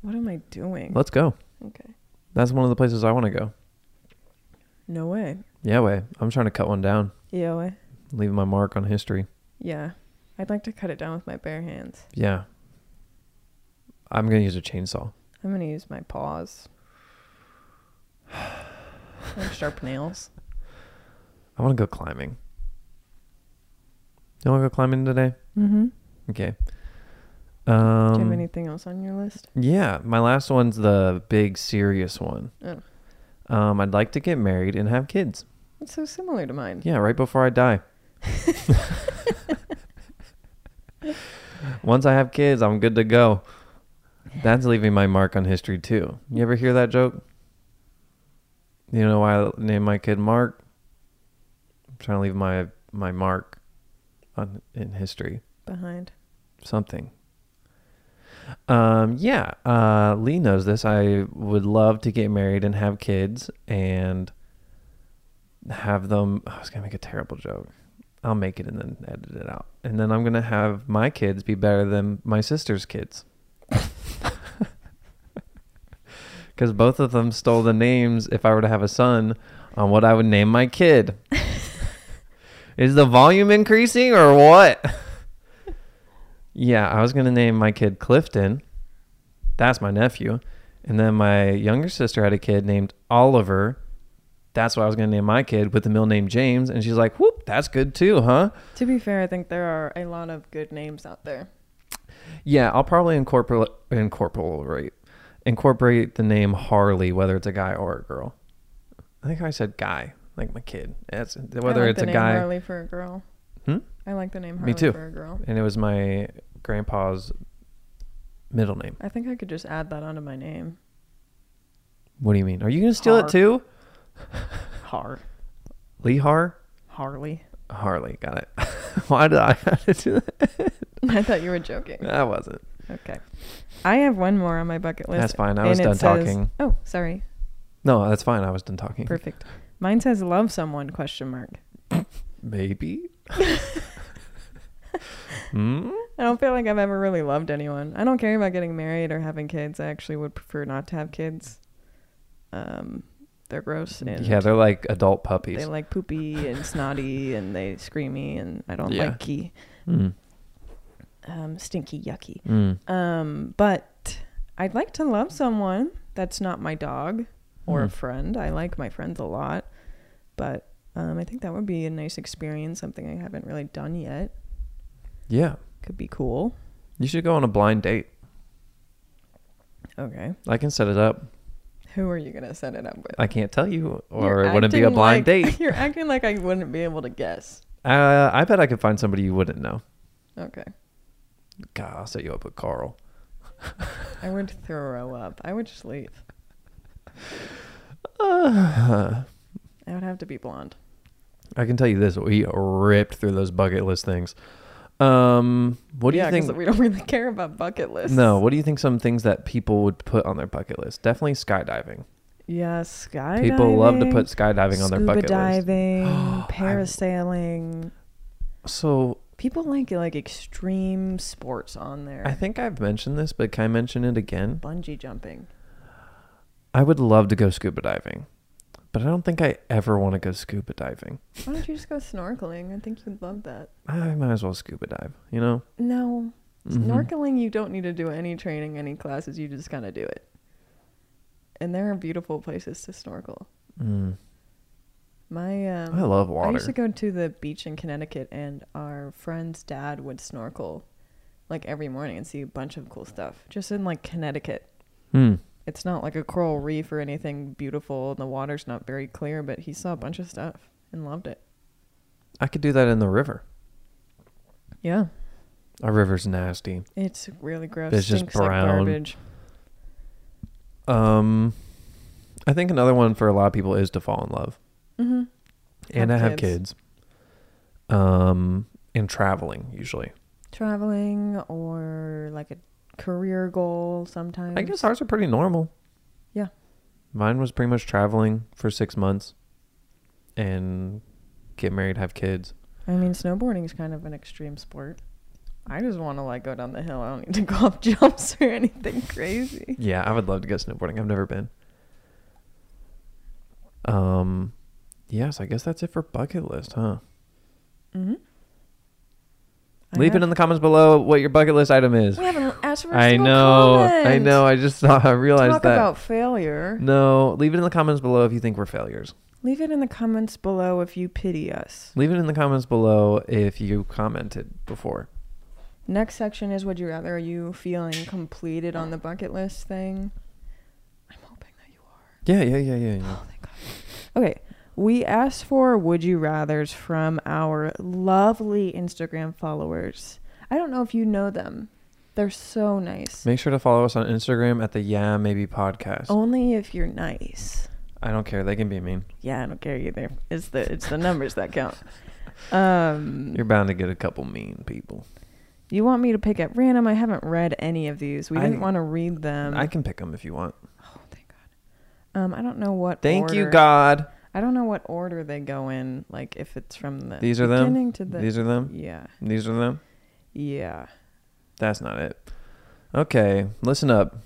[SPEAKER 2] What am I doing?
[SPEAKER 1] let's go
[SPEAKER 2] Okay.
[SPEAKER 1] that's one of the places i want to go
[SPEAKER 2] No way.
[SPEAKER 1] yeah way i'm trying to cut one down
[SPEAKER 2] Yeah. way.
[SPEAKER 1] leave my mark on history
[SPEAKER 2] Yeah. I'd like to cut it down with my bare hands.
[SPEAKER 1] yeah i'm gonna use a chainsaw
[SPEAKER 2] I'm gonna use my paws. like sharp nails.
[SPEAKER 1] i want to go climbing you want to go climbing today
[SPEAKER 2] Mm-hmm.
[SPEAKER 1] okay
[SPEAKER 2] Do you have
[SPEAKER 1] um
[SPEAKER 2] anything else on your list?
[SPEAKER 1] Yeah, my last one's the big serious one.
[SPEAKER 2] Oh.
[SPEAKER 1] Um, I'd like to get married and have kids.
[SPEAKER 2] It's so similar to mine.
[SPEAKER 1] Yeah, right before I die. Once I have kids, I'm good to go. That's leaving my mark on history too. You ever hear that joke? You know why I named my kid Mark? I'm trying to leave my my mark on in history.
[SPEAKER 2] Behind.
[SPEAKER 1] something. Um, yeah, uh, Lee knows this. I would love to get married and have kids and have them. I was gonna make a terrible joke. I'll make it and then edit it out. And then I'm gonna have my kids be better than my sister's kids. Because both of them stole the names. If I were to have a son, on what I would name my kid. Is the volume increasing or what? Yeah, I was gonna name my kid Clifton. That's my nephew. And then my younger sister had a kid named Oliver. That's what I was gonna name my kid with the middle name James. And she's like, "Whoop, that's good too, huh?"
[SPEAKER 2] To be fair, I think there are a lot of good names out there.
[SPEAKER 1] Yeah, I'll probably incorporate incorporate incorporate the name Harley, whether it's a guy or a girl. I think I said guy, like my kid. That's whether
[SPEAKER 2] I like
[SPEAKER 1] it's
[SPEAKER 2] the
[SPEAKER 1] a
[SPEAKER 2] name
[SPEAKER 1] guy.
[SPEAKER 2] Harley for a girl.
[SPEAKER 1] Hmm?
[SPEAKER 2] I like the name Harley
[SPEAKER 1] too.
[SPEAKER 2] for a girl.
[SPEAKER 1] And it was my grandpa's middle name.
[SPEAKER 2] I think I could just add that onto my name.
[SPEAKER 1] What do you mean? Are you gonna steal
[SPEAKER 2] Har.
[SPEAKER 1] it too?
[SPEAKER 2] Har.
[SPEAKER 1] Lee Har?
[SPEAKER 2] Harley.
[SPEAKER 1] Harley, got it. Why did I have to do that?
[SPEAKER 2] I thought you were joking.
[SPEAKER 1] I wasn't.
[SPEAKER 2] Okay. I have one more on my bucket list.
[SPEAKER 1] That's fine. I
[SPEAKER 2] and
[SPEAKER 1] was
[SPEAKER 2] it
[SPEAKER 1] done
[SPEAKER 2] says-
[SPEAKER 1] talking.
[SPEAKER 2] Oh, sorry.
[SPEAKER 1] No, that's fine. I was done talking.
[SPEAKER 2] Perfect.
[SPEAKER 1] Hmm?
[SPEAKER 2] Mine says love someone question mark.
[SPEAKER 1] Maybe. Mm?
[SPEAKER 2] I don't feel like I've ever really loved anyone. I don't care about getting married or having kids. I actually would prefer not to have kids. Um, they're gross and
[SPEAKER 1] Yeah, they're like adult
[SPEAKER 2] they
[SPEAKER 1] puppies.
[SPEAKER 2] like poopy and snotty and they screamy and I don't
[SPEAKER 1] Yeah.
[SPEAKER 2] like key.
[SPEAKER 1] Mm.
[SPEAKER 2] Um, stinky, yucky.
[SPEAKER 1] Mm.
[SPEAKER 2] Um, but I'd like to love someone that's not my dog or a
[SPEAKER 1] Mhm.
[SPEAKER 2] friend. I like my friends a lot, but um, I think that would be a nice experience. Something I haven't really done yet
[SPEAKER 1] Yeah,
[SPEAKER 2] could be cool.
[SPEAKER 1] you should go on a blind date.
[SPEAKER 2] Okay,
[SPEAKER 1] I can set it up.
[SPEAKER 2] who are you gonna set it up with?
[SPEAKER 1] I can't tell you, or
[SPEAKER 2] You're
[SPEAKER 1] it wouldn't be a
[SPEAKER 2] acting
[SPEAKER 1] blind
[SPEAKER 2] like-
[SPEAKER 1] date.
[SPEAKER 2] You're acting like I wouldn't be able to guess.
[SPEAKER 1] Uh, I bet I could find somebody you wouldn't know.
[SPEAKER 2] Okay,
[SPEAKER 1] God, I'll set you up with Carl.
[SPEAKER 2] I would throw up. I would just leave.
[SPEAKER 1] Uh,
[SPEAKER 2] I would have to be blonde.
[SPEAKER 1] I can tell you this: we ripped through those bucket list things. Um, what do
[SPEAKER 2] yeah,
[SPEAKER 1] you
[SPEAKER 2] 'cause
[SPEAKER 1] think?
[SPEAKER 2] We don't really care about bucket lists.
[SPEAKER 1] No, what do you think? Some things that people would put on their bucket list? Definitely skydiving.
[SPEAKER 2] Yeah, skydiving.
[SPEAKER 1] People love to put skydiving on their
[SPEAKER 2] scuba
[SPEAKER 1] bucket list.
[SPEAKER 2] diving,
[SPEAKER 1] I-
[SPEAKER 2] parasailing.
[SPEAKER 1] So
[SPEAKER 2] People like like extreme sports on there.
[SPEAKER 1] I think I've mentioned this, but can I mention it again?
[SPEAKER 2] bungee jumping.
[SPEAKER 1] I would love to go scuba diving, but I don't think I ever want to go scuba diving.
[SPEAKER 2] Why don't you just go snorkeling? I think you'd love that.
[SPEAKER 1] I might as well scuba dive, you know?
[SPEAKER 2] No,
[SPEAKER 1] Mhm.
[SPEAKER 2] snorkeling. You don't need to do any training, any classes. You just kind of do it. And there are beautiful places to snorkel.
[SPEAKER 1] Mm.
[SPEAKER 2] My um,
[SPEAKER 1] I love
[SPEAKER 2] I
[SPEAKER 1] Oh, water.
[SPEAKER 2] used to go to the beach in Connecticut, and our friend's dad would snorkel like every morning and see a bunch of cool stuff just in like Connecticut.
[SPEAKER 1] Mm.
[SPEAKER 2] It's not like a coral reef or anything beautiful, and the water's not very clear, but he saw a bunch of stuff and loved it.
[SPEAKER 1] I could do that in the river.
[SPEAKER 2] Yeah,
[SPEAKER 1] Our river's nasty.
[SPEAKER 2] it's really gross.
[SPEAKER 1] It's just
[SPEAKER 2] Stinks
[SPEAKER 1] brown.
[SPEAKER 2] Like garbage.
[SPEAKER 1] Um, I think another one for a lot of people is to fall in love.
[SPEAKER 2] hmm
[SPEAKER 1] And
[SPEAKER 2] Have
[SPEAKER 1] I have kids. Um, and traveling, usually.
[SPEAKER 2] Traveling or like a career goal sometimes.
[SPEAKER 1] I guess ours are pretty normal.
[SPEAKER 2] Mm. Yeah.
[SPEAKER 1] Mine was pretty much traveling for six months and get married, have kids.
[SPEAKER 2] I mean, snowboarding is kind of an extreme sport. I just want to like go down the hill. I don't need to go up jumps or anything crazy.
[SPEAKER 1] Yeah, I would love to go snowboarding. I've never been. Um, yes, I guess that's it for bucket list, huh?
[SPEAKER 2] Mm-hmm.
[SPEAKER 1] Leave it in the comments below what your bucket list item is.
[SPEAKER 2] We haven't asked for a
[SPEAKER 1] I
[SPEAKER 2] single
[SPEAKER 1] know, I
[SPEAKER 2] comment.
[SPEAKER 1] know. I just saw, I realized
[SPEAKER 2] Talk
[SPEAKER 1] that.
[SPEAKER 2] about failure.
[SPEAKER 1] no, leave it in the comments below if you think we're failures.
[SPEAKER 2] Leave it in the comments below if you pity us.
[SPEAKER 1] Leave it in the comments below if you commented before.
[SPEAKER 2] Next section is would you rather? Are you feeling completed on the bucket list thing? I'm hoping that you are.
[SPEAKER 1] Yeah, yeah, yeah, yeah, yeah.
[SPEAKER 2] Oh, thank God. Okay. We asked for would you rathers from our lovely Instagram followers. I don't know if you know them. They're so nice.
[SPEAKER 1] Make sure to follow us on Instagram at the Yeah Maybe Podcast.
[SPEAKER 2] Only if you're nice.
[SPEAKER 1] I don't care. They can be mean.
[SPEAKER 2] Yeah, I don't care either. It's the it's the numbers that count. Um
[SPEAKER 1] You're bound to get a couple mean people.
[SPEAKER 2] You want me to pick at random? I haven't read any of these. We
[SPEAKER 1] I-
[SPEAKER 2] didn't want to read them.
[SPEAKER 1] I can pick them if you want.
[SPEAKER 2] oh, thank God. Um, I don't know what.
[SPEAKER 1] Thank you,
[SPEAKER 2] order-
[SPEAKER 1] God.
[SPEAKER 2] I don't know what order they go in. Like if it's from the
[SPEAKER 1] These are them?
[SPEAKER 2] beginning to the
[SPEAKER 1] These are them.
[SPEAKER 2] yeah
[SPEAKER 1] These are them.
[SPEAKER 2] yeah.
[SPEAKER 1] That's not it. Okay, listen up.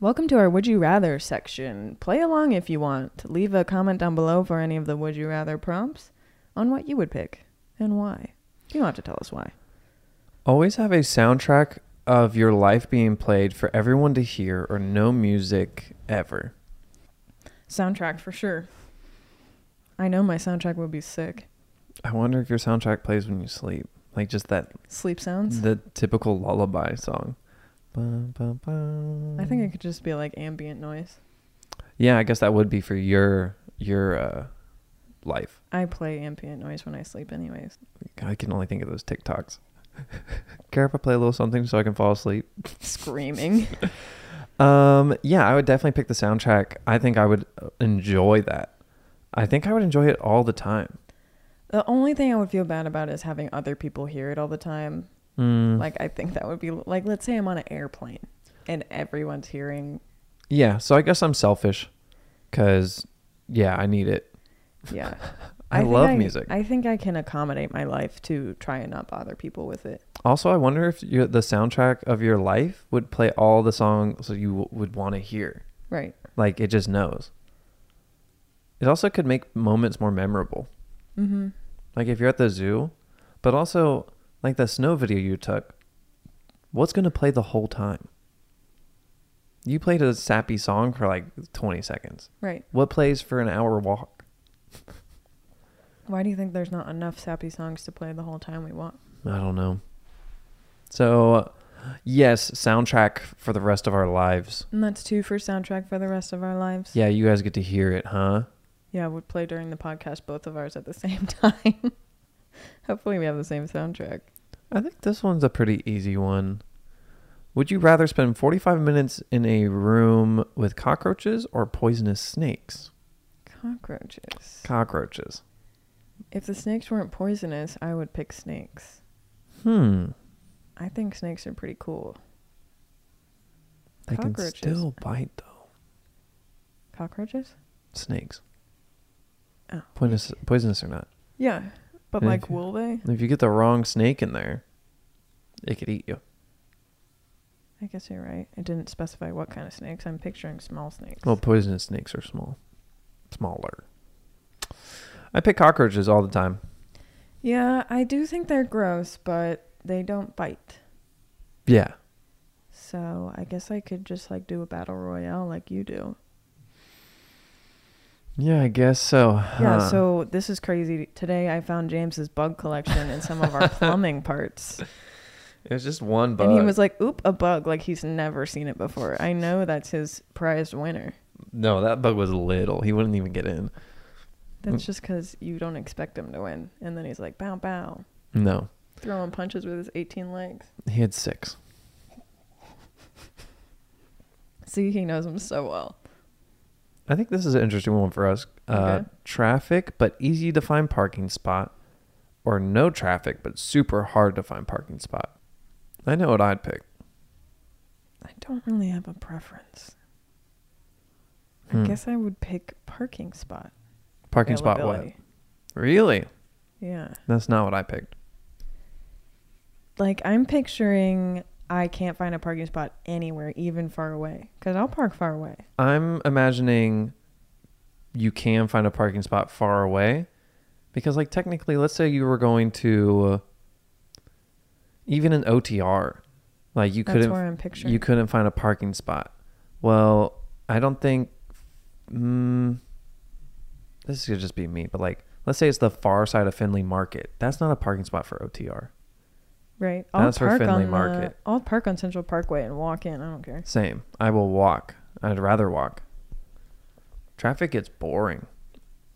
[SPEAKER 2] Welcome to our Would You Rather section. Play along if you want. Leave a comment down below for any of the Would You Rather prompts on what you would pick and why. You don't have to tell us why.
[SPEAKER 1] Always have a soundtrack of your life being played for everyone to hear, or no music ever.
[SPEAKER 2] Soundtrack for sure. I know my soundtrack would be sick.
[SPEAKER 1] I wonder if your soundtrack plays when you sleep, like just that
[SPEAKER 2] Sleep sounds.
[SPEAKER 1] the typical lullaby song. Bum, bum, bum.
[SPEAKER 2] I think it could just be like ambient noise.
[SPEAKER 1] Yeah, I guess that would be for your your uh, life.
[SPEAKER 2] I play ambient noise when I sleep, anyways.
[SPEAKER 1] I can only think of those TikToks. Care if I play a little something so I can fall asleep?
[SPEAKER 2] Screaming.
[SPEAKER 1] Um, yeah, I would definitely pick the soundtrack. I think I would uh, enjoy that. I think I would enjoy it all the time.
[SPEAKER 2] the only thing I would feel bad about is having other people hear it all the time.
[SPEAKER 1] Mm,
[SPEAKER 2] Like, I think that would be like, let's say I'm on an airplane and everyone's hearing.
[SPEAKER 1] yeah, so I guess I'm selfish, cause yeah, I need it.
[SPEAKER 2] Yeah.
[SPEAKER 1] I,
[SPEAKER 2] think
[SPEAKER 1] love music.
[SPEAKER 2] I think I can accommodate my life to try and not bother people with it.
[SPEAKER 1] also, I wonder if your, the soundtrack of your life would play all the songs that you w- would want to hear.
[SPEAKER 2] Right.
[SPEAKER 1] Like it just knows. It also could make moments more memorable.
[SPEAKER 2] Mm-hmm.
[SPEAKER 1] Like if you're at the zoo, but also like the snow video you took. What's going to play the whole time? You played a sappy song for like 20 seconds.
[SPEAKER 2] Right.
[SPEAKER 1] What plays for an hour walk?
[SPEAKER 2] Why do you think there's not enough sappy songs to play the whole time we want?
[SPEAKER 1] I don't know. So, yes, soundtrack for the rest of our lives.
[SPEAKER 2] And that's two for soundtrack for the rest of our lives.
[SPEAKER 1] Yeah, you guys get to hear it, huh?
[SPEAKER 2] Yeah, we'd play during the podcast both of ours at the same time. Hopefully, we have the same soundtrack.
[SPEAKER 1] I think this one's a pretty easy one. Would you rather spend 45 minutes in a room with cockroaches or poisonous snakes?
[SPEAKER 2] Cockroaches.
[SPEAKER 1] Cockroaches.
[SPEAKER 2] If the snakes weren't poisonous, I would pick snakes.
[SPEAKER 1] Hmm.
[SPEAKER 2] I think snakes are pretty cool.
[SPEAKER 1] They can
[SPEAKER 2] Cockroaches.
[SPEAKER 1] still bite though.
[SPEAKER 2] Cockroaches?
[SPEAKER 1] Snakes.
[SPEAKER 2] Oh.
[SPEAKER 1] Poisonous, poisonous or not.
[SPEAKER 2] Yeah, but
[SPEAKER 1] Yeah,
[SPEAKER 2] like,
[SPEAKER 1] okay.
[SPEAKER 2] will they?
[SPEAKER 1] If you get the wrong snake in there, it could eat you.
[SPEAKER 2] I guess you're right. It didn't specify what kind of snakes. I'm picturing small snakes.
[SPEAKER 1] Well, poisonous snakes are small. Smaller. I pick cockroaches all the time.
[SPEAKER 2] yeah, I do think they're gross, but they don't bite.
[SPEAKER 1] Yeah.
[SPEAKER 2] So I guess I could just like do a battle royale like you do.
[SPEAKER 1] Yeah, I guess so.
[SPEAKER 2] Yeah,
[SPEAKER 1] huh.
[SPEAKER 2] so this is crazy. Today I found James's bug collection in some of our plumbing parts.
[SPEAKER 1] it was just one bug.
[SPEAKER 2] And he was like, oop, a bug, like he's never seen it before. I know that's his prized winner.
[SPEAKER 1] No, that bug was little. He wouldn't even get in. Mm.
[SPEAKER 2] That's just because you don't expect him to win. And then he's like, bow, bow,
[SPEAKER 1] No,
[SPEAKER 2] throwing punches with his 18 legs.
[SPEAKER 1] he had six.
[SPEAKER 2] See, he knows him so well.
[SPEAKER 1] I think this is an interesting one for us. Uh,
[SPEAKER 2] Okay.
[SPEAKER 1] Traffic, but easy to find parking spot, or no traffic, but super hard to find parking spot. I know what I'd pick.
[SPEAKER 2] I don't really have a preference.
[SPEAKER 1] Hmm.
[SPEAKER 2] I guess I would pick parking spot.
[SPEAKER 1] Parking spot what?
[SPEAKER 2] availability.
[SPEAKER 1] Really?
[SPEAKER 2] Yeah.
[SPEAKER 1] That's not what I picked.
[SPEAKER 2] Like, I'm picturing I can't find a parking spot anywhere, even far away. Because I'll park far away.
[SPEAKER 1] I'm imagining you can find a parking spot far away because like technically let's say you were going to uh, even an OTR like you
[SPEAKER 2] That's
[SPEAKER 1] couldn't
[SPEAKER 2] where I'm picturing.
[SPEAKER 1] you couldn't find a parking spot. Well, I don't think. Mm, this could just be me, but like, let's say it's the far side of Findlay Market. That's not a parking spot for OTR.
[SPEAKER 2] Right.
[SPEAKER 1] That's for Findlay
[SPEAKER 2] on
[SPEAKER 1] Market.
[SPEAKER 2] The, I'll park on Central Parkway and walk in. I don't care.
[SPEAKER 1] Same. I will walk. I'd rather walk. Traffic gets boring.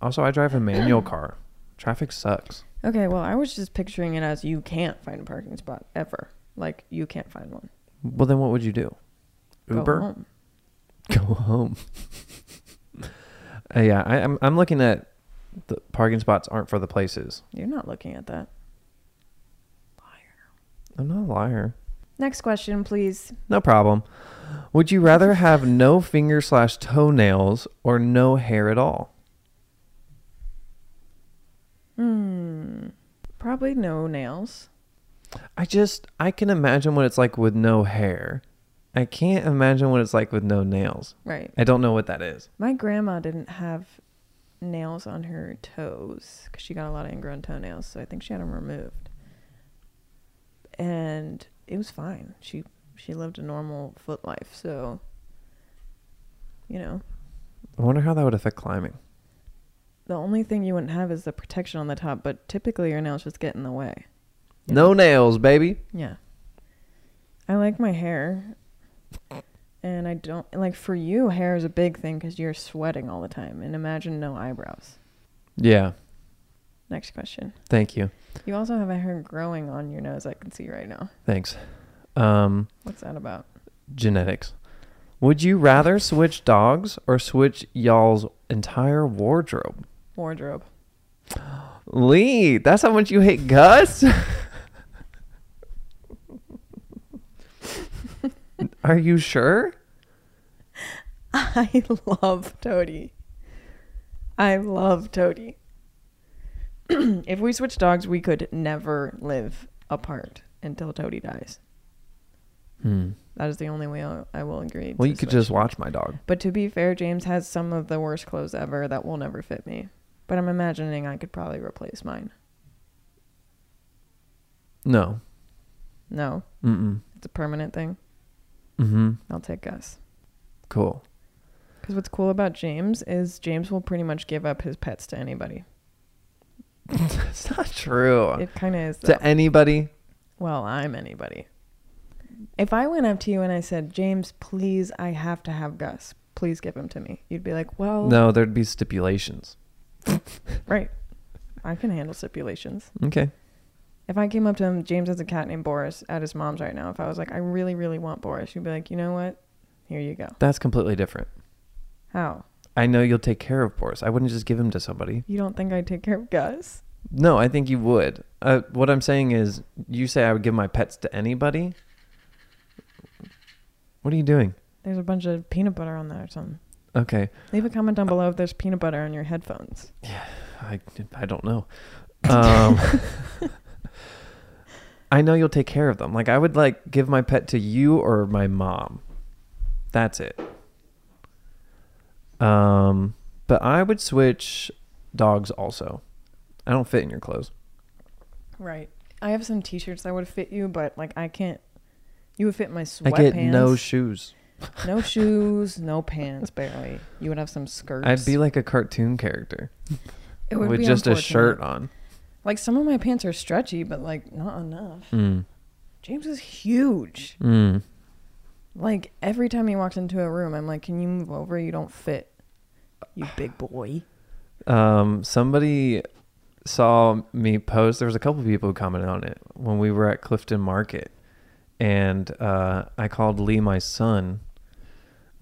[SPEAKER 1] Also, I drive a manual car. Traffic sucks.
[SPEAKER 2] Okay, well, I was just picturing it as you can't find a parking spot ever. Like you can't find one.
[SPEAKER 1] Well, then what would you do?
[SPEAKER 2] Go
[SPEAKER 1] Uber.
[SPEAKER 2] home.
[SPEAKER 1] go home. Uh, yeah, I, I'm. I'm looking at the parking spots aren't for the places.
[SPEAKER 2] You're not looking at that.
[SPEAKER 1] I'm not a liar.
[SPEAKER 2] Next question, please.
[SPEAKER 1] No problem. Would you rather have no finger slash toenails or no hair at all?
[SPEAKER 2] Hmm. Probably no nails.
[SPEAKER 1] I just I can imagine what it's like with no hair. I can't imagine what it's like with no nails.
[SPEAKER 2] Right.
[SPEAKER 1] I don't know what that is.
[SPEAKER 2] My grandma didn't have nails on her toes because she got a lot of ingrown toenails, so I think she had them removed. And it was fine. She she lived a normal foot life, so you know
[SPEAKER 1] I wonder how that would affect climbing.
[SPEAKER 2] the only thing you wouldn't have is the protection on the top, but typically your nails just get in the way. Yeah.
[SPEAKER 1] No nails, baby.
[SPEAKER 2] Yeah. I like my hair. And I don't like for you, hair is a big thing because you're sweating all the time. And imagine no eyebrows.
[SPEAKER 1] Yeah.
[SPEAKER 2] Next question.
[SPEAKER 1] Thank you.
[SPEAKER 2] You also have a hair growing on your nose, I can see right now.
[SPEAKER 1] Thanks. Um
[SPEAKER 2] What's that about?
[SPEAKER 1] genetics. Would you rather switch dogs or switch y'all's entire wardrobe?
[SPEAKER 2] Wardrobe.
[SPEAKER 1] Lee, that's how much you hate Gus? Are you sure?
[SPEAKER 2] I love Toady. I love Toady. if we switch dogs, we could never live apart until Toadie dies.
[SPEAKER 1] Hmm.
[SPEAKER 2] That is the only way I I will agree.
[SPEAKER 1] Well,
[SPEAKER 2] to
[SPEAKER 1] you could
[SPEAKER 2] switch.
[SPEAKER 1] just watch my dog.
[SPEAKER 2] But to be fair, James has some of the worst clothes ever that will never fit me. But I'm imagining I could probably replace mine.
[SPEAKER 1] No.
[SPEAKER 2] No,
[SPEAKER 1] Mm.
[SPEAKER 2] it's a permanent thing.
[SPEAKER 1] Mm-hmm.
[SPEAKER 2] I'll take Gus.
[SPEAKER 1] Cool.
[SPEAKER 2] Because what's cool about James is James will pretty much give up his pets to anybody.
[SPEAKER 1] That's not true.
[SPEAKER 2] It kind of is. though.
[SPEAKER 1] to anybody.
[SPEAKER 2] Well, I'm anybody. If I went up to you and I said, James, please, I have to have Gus. Please give him to me. You'd be like, well,
[SPEAKER 1] No, there'd be stipulations.
[SPEAKER 2] right. I can handle stipulations.
[SPEAKER 1] Okay.
[SPEAKER 2] If I came up to him, James has a cat named Boris at his mom's right now. If I was like, I really, really want Boris, you'd be like, you know what? Here you go.
[SPEAKER 1] That's completely different.
[SPEAKER 2] How?
[SPEAKER 1] I know you'll take care of Boris. I wouldn't just give him to somebody.
[SPEAKER 2] You don't think I'd take care of Gus?
[SPEAKER 1] No, I think you would. Uh, what I'm saying is, you say I would give my pets to anybody. What are you doing?
[SPEAKER 2] There's a bunch of peanut butter on there or something.
[SPEAKER 1] Okay,
[SPEAKER 2] Leave a comment down below if there's peanut butter on your headphones.
[SPEAKER 1] I, I don't know. Um, I know you'll take care of them. Like I would like give my pet to you or my mom. That's it. Um, but I would switch dogs also. I don't fit in your clothes.
[SPEAKER 2] Right. I have some t shirts that would fit you, but like I can't. You would fit my
[SPEAKER 1] I
[SPEAKER 2] sweatpants.
[SPEAKER 1] get no shoes.
[SPEAKER 2] No shoes, no pants, barely. You would have some skirts.
[SPEAKER 1] I'd be like a cartoon character
[SPEAKER 2] it
[SPEAKER 1] with
[SPEAKER 2] be
[SPEAKER 1] just a
[SPEAKER 2] unfortunate.
[SPEAKER 1] shirt on.
[SPEAKER 2] Like some of my pants are stretchy, but like not enough.
[SPEAKER 1] Mm.
[SPEAKER 2] James is huge.
[SPEAKER 1] Mm.
[SPEAKER 2] Like every time he walks into a room, I'm like, "Can you move over? You don't fit, you big boy."
[SPEAKER 1] Um, somebody saw me post. There was a couple people who commented on it when we were at Clifton Market, and uh, I called Lee my son.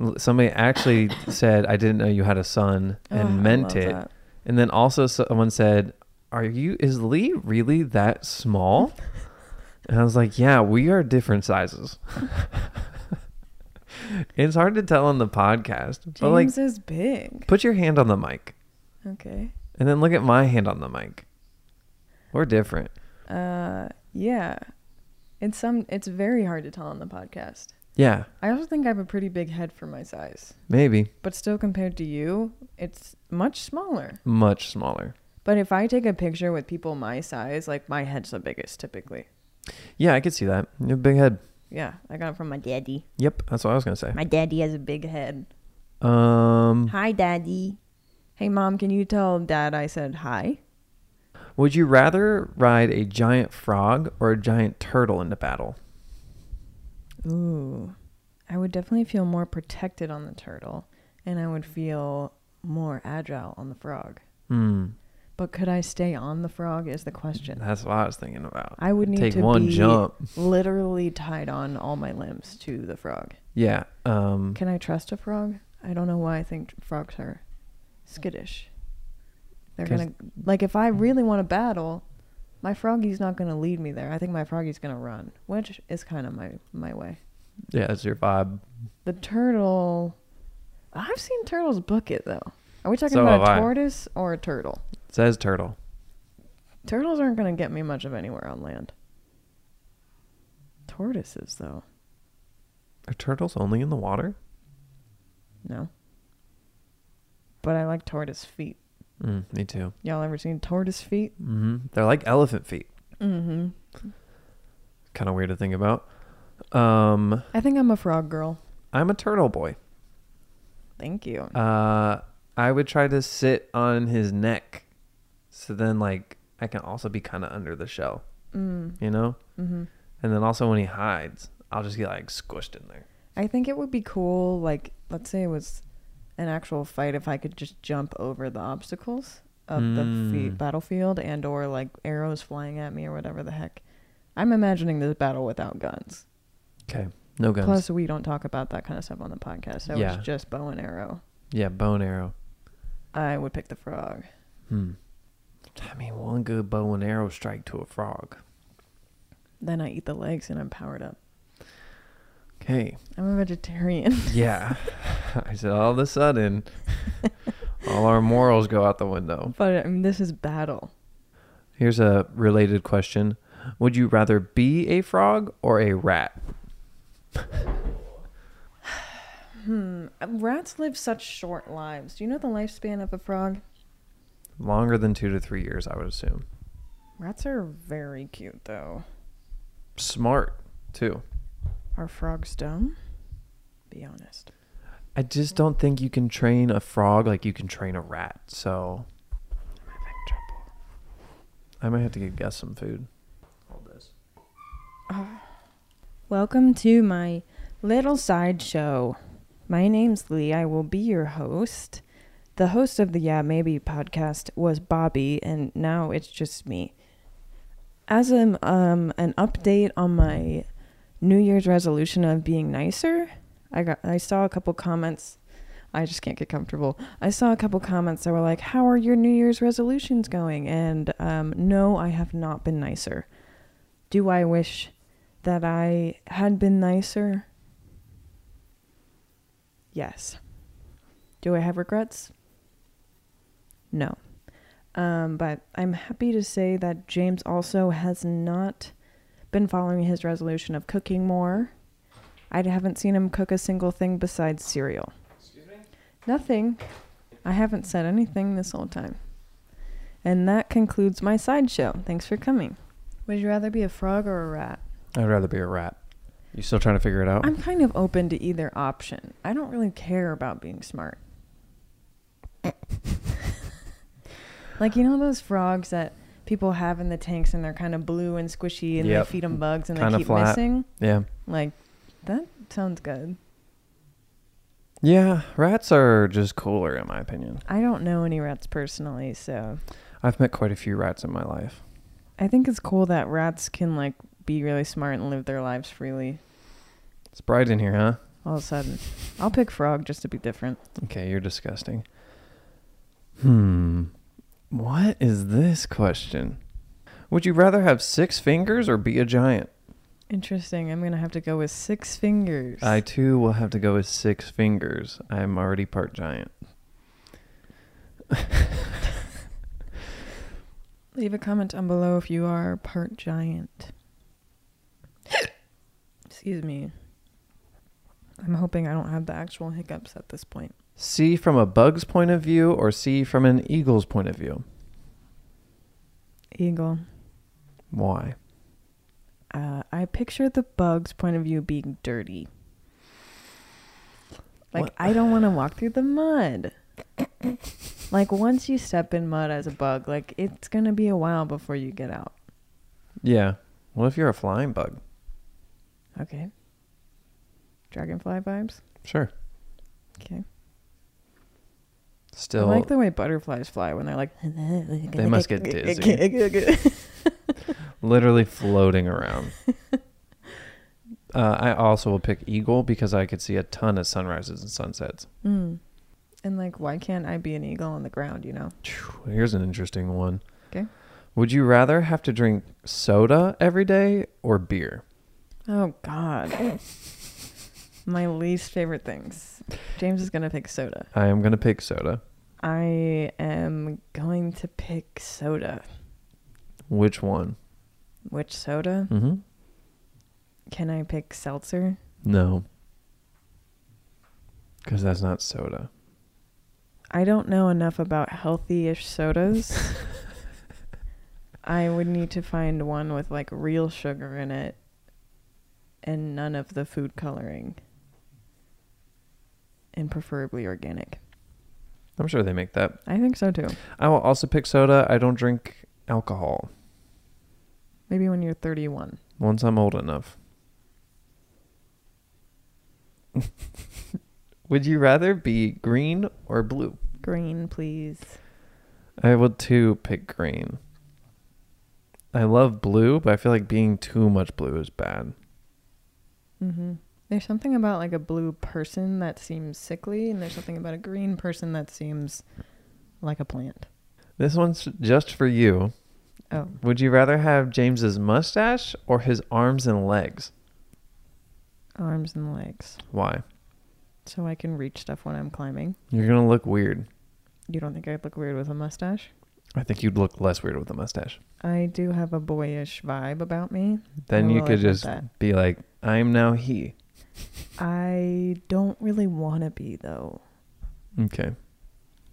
[SPEAKER 1] L- Somebody actually said, "I didn't know you had a son," and
[SPEAKER 2] Ugh, Oh, I
[SPEAKER 1] meant
[SPEAKER 2] love
[SPEAKER 1] it.
[SPEAKER 2] that.
[SPEAKER 1] And then also someone said, "Are you? Is Lee really that small?" And I was like, "Yeah, we are different sizes." it's hard to tell on the podcast,
[SPEAKER 2] James
[SPEAKER 1] but like,
[SPEAKER 2] is big.
[SPEAKER 1] put your hand on the mic.
[SPEAKER 2] Okay.
[SPEAKER 1] And then look at my hand on the mic. We're different.
[SPEAKER 2] Uh, yeah. It's some. It's very hard to tell on the podcast.
[SPEAKER 1] Yeah,
[SPEAKER 2] I also think I have a pretty big head for my size,
[SPEAKER 1] maybe
[SPEAKER 2] but still, compared to you, it's much smaller.
[SPEAKER 1] much smaller.
[SPEAKER 2] But if I take a picture with people my size, like my head's the biggest typically.
[SPEAKER 1] Yeah, I could see that. You have a big head.
[SPEAKER 2] Yeah, I got it from my daddy.
[SPEAKER 1] Yep, that's what I was gonna say.
[SPEAKER 2] My daddy has a big head.
[SPEAKER 1] Um,
[SPEAKER 2] Hi, daddy. Hey, mom, can you tell dad I said hi?
[SPEAKER 1] would you rather ride a giant frog or a giant turtle into battle?
[SPEAKER 2] Ooh. I would definitely feel more protected on the turtle, and I would feel more agile on the frog.
[SPEAKER 1] Hmm,
[SPEAKER 2] But could I stay on the frog is the question.
[SPEAKER 1] that's what I was thinking about.
[SPEAKER 2] I would need
[SPEAKER 1] Take
[SPEAKER 2] to
[SPEAKER 1] one
[SPEAKER 2] be
[SPEAKER 1] jump.
[SPEAKER 2] literally tied on all my limbs to the frog.
[SPEAKER 1] Yeah. Um,
[SPEAKER 2] Can I trust a frog? I don't know why I think frogs are skittish. They're
[SPEAKER 1] 'Cause- Mm.
[SPEAKER 2] gonna like if I really want to battle, my froggie's not gonna lead me there. I think my froggie's gonna run, which is kind of my my way.
[SPEAKER 1] yeah, that's your vibe.
[SPEAKER 2] The turtle, I've seen turtles book it though. Are we talking
[SPEAKER 1] So have
[SPEAKER 2] about
[SPEAKER 1] I.
[SPEAKER 2] a tortoise or a turtle?
[SPEAKER 1] It says turtle.
[SPEAKER 2] Turtles aren't gonna get me much of anywhere on land. Tortoises though,
[SPEAKER 1] Are turtles only in the water?
[SPEAKER 2] no. But I like tortoise feet.
[SPEAKER 1] Mm, me too.
[SPEAKER 2] Y'all ever seen tortoise feet?
[SPEAKER 1] hmm They're like elephant feet.
[SPEAKER 2] Mm-hmm.
[SPEAKER 1] Kind of weird to think about. Um,
[SPEAKER 2] I think I'm a frog girl.
[SPEAKER 1] I'm a turtle boy.
[SPEAKER 2] Thank you.
[SPEAKER 1] Uh, I would try to sit on his neck, so then like I can also be kind of under the shell,
[SPEAKER 2] Mm,
[SPEAKER 1] you know.
[SPEAKER 2] hmm
[SPEAKER 1] And then also when he hides, I'll just get like squished in there.
[SPEAKER 2] I think it would be cool, like, let's say it was an actual fight if I could just jump over the obstacles of the fe-
[SPEAKER 1] Mm.
[SPEAKER 2] battlefield and or like arrows flying at me or whatever the heck. I'm imagining this battle without guns.
[SPEAKER 1] Okay, no guns.
[SPEAKER 2] Plus, we don't talk about that kind of stuff on the podcast, so
[SPEAKER 1] Yeah.
[SPEAKER 2] it's just bow and arrow.
[SPEAKER 1] yeah, bone arrow.
[SPEAKER 2] I would pick the frog.
[SPEAKER 1] Hmm. I mean, one good bow and arrow strike to a frog.
[SPEAKER 2] Then I eat the legs and I'm powered up.
[SPEAKER 1] Okay.
[SPEAKER 2] I'm a vegetarian.
[SPEAKER 1] Yeah. I said all of a sudden, all our morals go out the window.
[SPEAKER 2] but um, this is battle.
[SPEAKER 1] Here's a related question. Would you rather be a frog or a rat?
[SPEAKER 2] Hmm. Rats live such short lives. Do you know the lifespan of a frog?
[SPEAKER 1] Longer than two to three years, I would assume.
[SPEAKER 2] Rats are very cute, though.
[SPEAKER 1] Smart, too.
[SPEAKER 2] Are frogs dumb? Be honest.
[SPEAKER 1] I just don't think you can train a frog like you can train a rat. So
[SPEAKER 2] I'm having trouble.
[SPEAKER 1] I might have to get Gus some food.
[SPEAKER 2] Welcome to my little sideshow. My name's Lee. I will be your host. The host of the Yeah Maybe podcast was Bobby, and now it's just me. As an, um, an update on my New Year's resolution of being nicer, I got I saw a couple comments. I just can't get comfortable. I saw a couple comments that were like, "How are your New Year's resolutions going?" And um, no, I have not been nicer. Do I wish that I had been nicer? Yes. Do I have regrets? No. Um, but I'm happy to say that James also has not been following his resolution of cooking more. I haven't seen him cook a single thing besides cereal. Nothing. I haven't said anything this whole time. And that concludes my sideshow. Thanks for coming. Would you rather be a frog or a rat?
[SPEAKER 1] I'd rather be a rat. You still trying to figure it out?
[SPEAKER 2] I'm kind of open to either option. I don't really care about being smart. like you know those frogs that people have in the tanks and they're kind of blue and squishy and
[SPEAKER 1] Yep.
[SPEAKER 2] they feed them bugs and
[SPEAKER 1] Kinda
[SPEAKER 2] they keep
[SPEAKER 1] flat.
[SPEAKER 2] missing.
[SPEAKER 1] yeah.
[SPEAKER 2] Like that sounds good.
[SPEAKER 1] Yeah, rats are just cooler in my opinion.
[SPEAKER 2] I don't know any rats personally, so
[SPEAKER 1] I've met quite a few rats in my life.
[SPEAKER 2] I think it's cool that rats can like be really smart and live their lives freely.
[SPEAKER 1] It's bright in here, huh?
[SPEAKER 2] All of a sudden, I'll pick frog just to be different.
[SPEAKER 1] Okay, you're disgusting. Hmm. What is this question? Would you rather have six fingers or be a giant?
[SPEAKER 2] Interesting. I'm gonna have to go with six fingers.
[SPEAKER 1] I too will have to go with six fingers. I'm already part giant.
[SPEAKER 2] Leave a comment down below if you are part giant. Excuse me. I'm hoping I don't have the actual hiccups at this point.
[SPEAKER 1] See from a bug's point of view or see from an eagle's point of view?
[SPEAKER 2] Eagle.
[SPEAKER 1] Why?
[SPEAKER 2] Uh, I picture the bug's point of view being dirty. Like,
[SPEAKER 1] What?
[SPEAKER 2] I don't want to walk through the mud. like, once you step in mud as a bug, like, it's going to be a while before you get out.
[SPEAKER 1] Yeah. Well, if you're a flying bug?
[SPEAKER 2] Okay. Dragonfly vibes?
[SPEAKER 1] Sure.
[SPEAKER 2] Okay. I
[SPEAKER 1] Still,
[SPEAKER 2] like the way butterflies fly when they're like. They
[SPEAKER 1] must get
[SPEAKER 2] dizzy.
[SPEAKER 1] literally floating around. uh, I also will pick eagle because I could see a ton of sunrises and sunsets.
[SPEAKER 2] mm. And like, why can't I be an eagle on the ground? You know,
[SPEAKER 1] Phew, Here's an interesting one.
[SPEAKER 2] 'Kay.
[SPEAKER 1] Would you rather have to drink soda every day or beer?
[SPEAKER 2] Oh God. My least favorite things. James is gonna pick soda.
[SPEAKER 1] I am gonna pick soda.
[SPEAKER 2] I am going to pick soda.
[SPEAKER 1] Which one?
[SPEAKER 2] Which soda?
[SPEAKER 1] Mm-hmm.
[SPEAKER 2] Can I pick seltzer?
[SPEAKER 1] No. Because that's not soda.
[SPEAKER 2] I don't know enough about healthy-ish sodas. I would need to find one with like real sugar in it and none of the food coloring. And preferably organic.
[SPEAKER 1] I'm sure they make that.
[SPEAKER 2] I think so too.
[SPEAKER 1] I will also pick soda. I don't drink alcohol.
[SPEAKER 2] Maybe when you're 31.
[SPEAKER 1] Once I'm old enough. Would you rather be green or blue?
[SPEAKER 2] Green, please.
[SPEAKER 1] I would too pick green. I love blue, but I feel like being too much blue is bad.
[SPEAKER 2] hmm There's something about like a blue person that seems sickly, and there's something about a green person that seems like a plant.
[SPEAKER 1] This one's just for you.
[SPEAKER 2] Oh,
[SPEAKER 1] Would you rather have James's mustache or his arms and legs?
[SPEAKER 2] arms and legs.
[SPEAKER 1] Why?
[SPEAKER 2] So I can reach stuff when I'm climbing.
[SPEAKER 1] You're going to look weird.
[SPEAKER 2] You don't think I'd look weird with a mustache?
[SPEAKER 1] I think you'd look less weird with a mustache.
[SPEAKER 2] I do have a boyish vibe about me.
[SPEAKER 1] Then
[SPEAKER 2] Oh, I
[SPEAKER 1] you
[SPEAKER 2] will
[SPEAKER 1] could
[SPEAKER 2] admit
[SPEAKER 1] just
[SPEAKER 2] that.
[SPEAKER 1] be like, I'm now he.
[SPEAKER 2] I don't really want to be though.
[SPEAKER 1] Okay.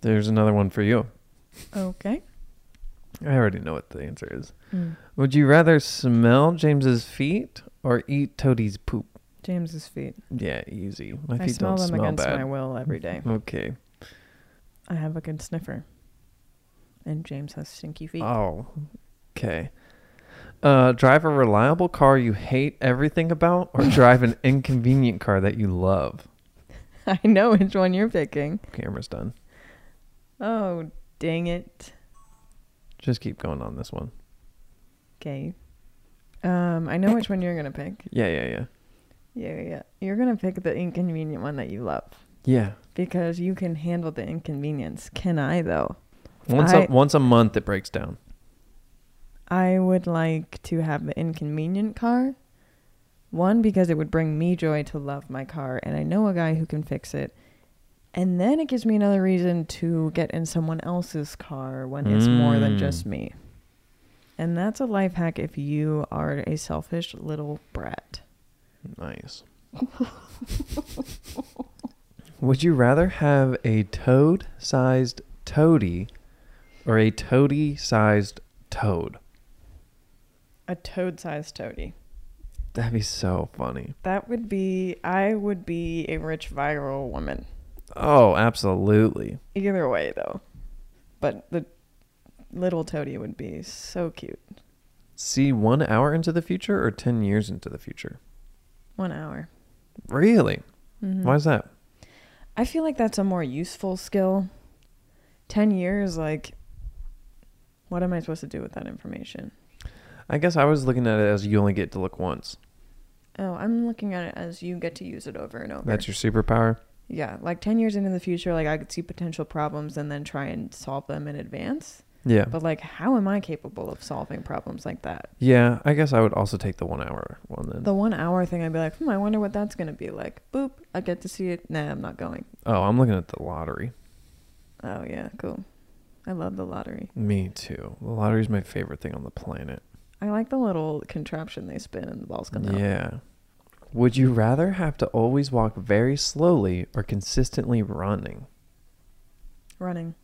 [SPEAKER 1] There's another one for you.
[SPEAKER 2] Okay.
[SPEAKER 1] I already know what the answer is. Would you rather smell James's feet or eat Toadie's poop?
[SPEAKER 2] James's feet.
[SPEAKER 1] Yeah, easy. My feet
[SPEAKER 2] I smell
[SPEAKER 1] don't
[SPEAKER 2] them
[SPEAKER 1] smell
[SPEAKER 2] against
[SPEAKER 1] bad.
[SPEAKER 2] my will every day.
[SPEAKER 1] Okay.
[SPEAKER 2] I have a good sniffer. And James has stinky feet.
[SPEAKER 1] Oh. Okay. Uh, drive a reliable car you hate everything about or drive an inconvenient car that you love?
[SPEAKER 2] I know which one you're picking.
[SPEAKER 1] Camera's done.
[SPEAKER 2] Oh, dang it.
[SPEAKER 1] Just keep going on this one.
[SPEAKER 2] Okay. Um, I know which one you're gonna pick.
[SPEAKER 1] Yeah, yeah, yeah.
[SPEAKER 2] Yeah, yeah. You're gonna pick the inconvenient one that you love
[SPEAKER 1] Yeah.
[SPEAKER 2] because you can handle the inconvenience. Can I though?
[SPEAKER 1] Once
[SPEAKER 2] I-
[SPEAKER 1] a once a month it breaks down.
[SPEAKER 2] I would like to have the inconvenient car. One, because it would bring me joy to love my car, and I know a guy who can fix it. And then it gives me another reason to get in someone else's car when it's more than
[SPEAKER 1] Mm.
[SPEAKER 2] just me. And that's a life hack if you are a selfish little brat.
[SPEAKER 1] Nice. Would you rather have a toad-sized toady or a toady-sized toad?
[SPEAKER 2] A toad sized toady.
[SPEAKER 1] That'd be so funny.
[SPEAKER 2] That would be, I would be a rich viral woman.
[SPEAKER 1] Oh, absolutely.
[SPEAKER 2] Either way, though. But the little toady would be so cute.
[SPEAKER 1] See 1 hour into the future or 10 years into the future?
[SPEAKER 2] One hour.
[SPEAKER 1] Really?
[SPEAKER 2] Mhm.
[SPEAKER 1] Why is that?
[SPEAKER 2] I feel like that's a more useful skill. 10 years, like, what am I supposed to do with that information?
[SPEAKER 1] I guess I was looking at it as you only get to look once.
[SPEAKER 2] Oh, I'm looking at it as you get to use it over and over.
[SPEAKER 1] That's your superpower.
[SPEAKER 2] yeah, like 10 years into the future, like, I could see potential problems and then try and solve them in advance.
[SPEAKER 1] Yeah.
[SPEAKER 2] But, like, how am I capable of solving problems like that?
[SPEAKER 1] Yeah, I guess I would also take the 1 hour one then.
[SPEAKER 2] The one hour thing, I'd be like, hmm, I wonder what that's going to be like. Boop, I get to see it. Nah, I'm not going.
[SPEAKER 1] oh, I'm looking at the lottery.
[SPEAKER 2] Oh, yeah, cool. I love the lottery.
[SPEAKER 1] Me too. The lottery's my favorite thing on the planet.
[SPEAKER 2] I like the little contraption they spin and the balls come out.
[SPEAKER 1] Yeah. Would you rather have to always walk very slowly or consistently running?
[SPEAKER 2] Running.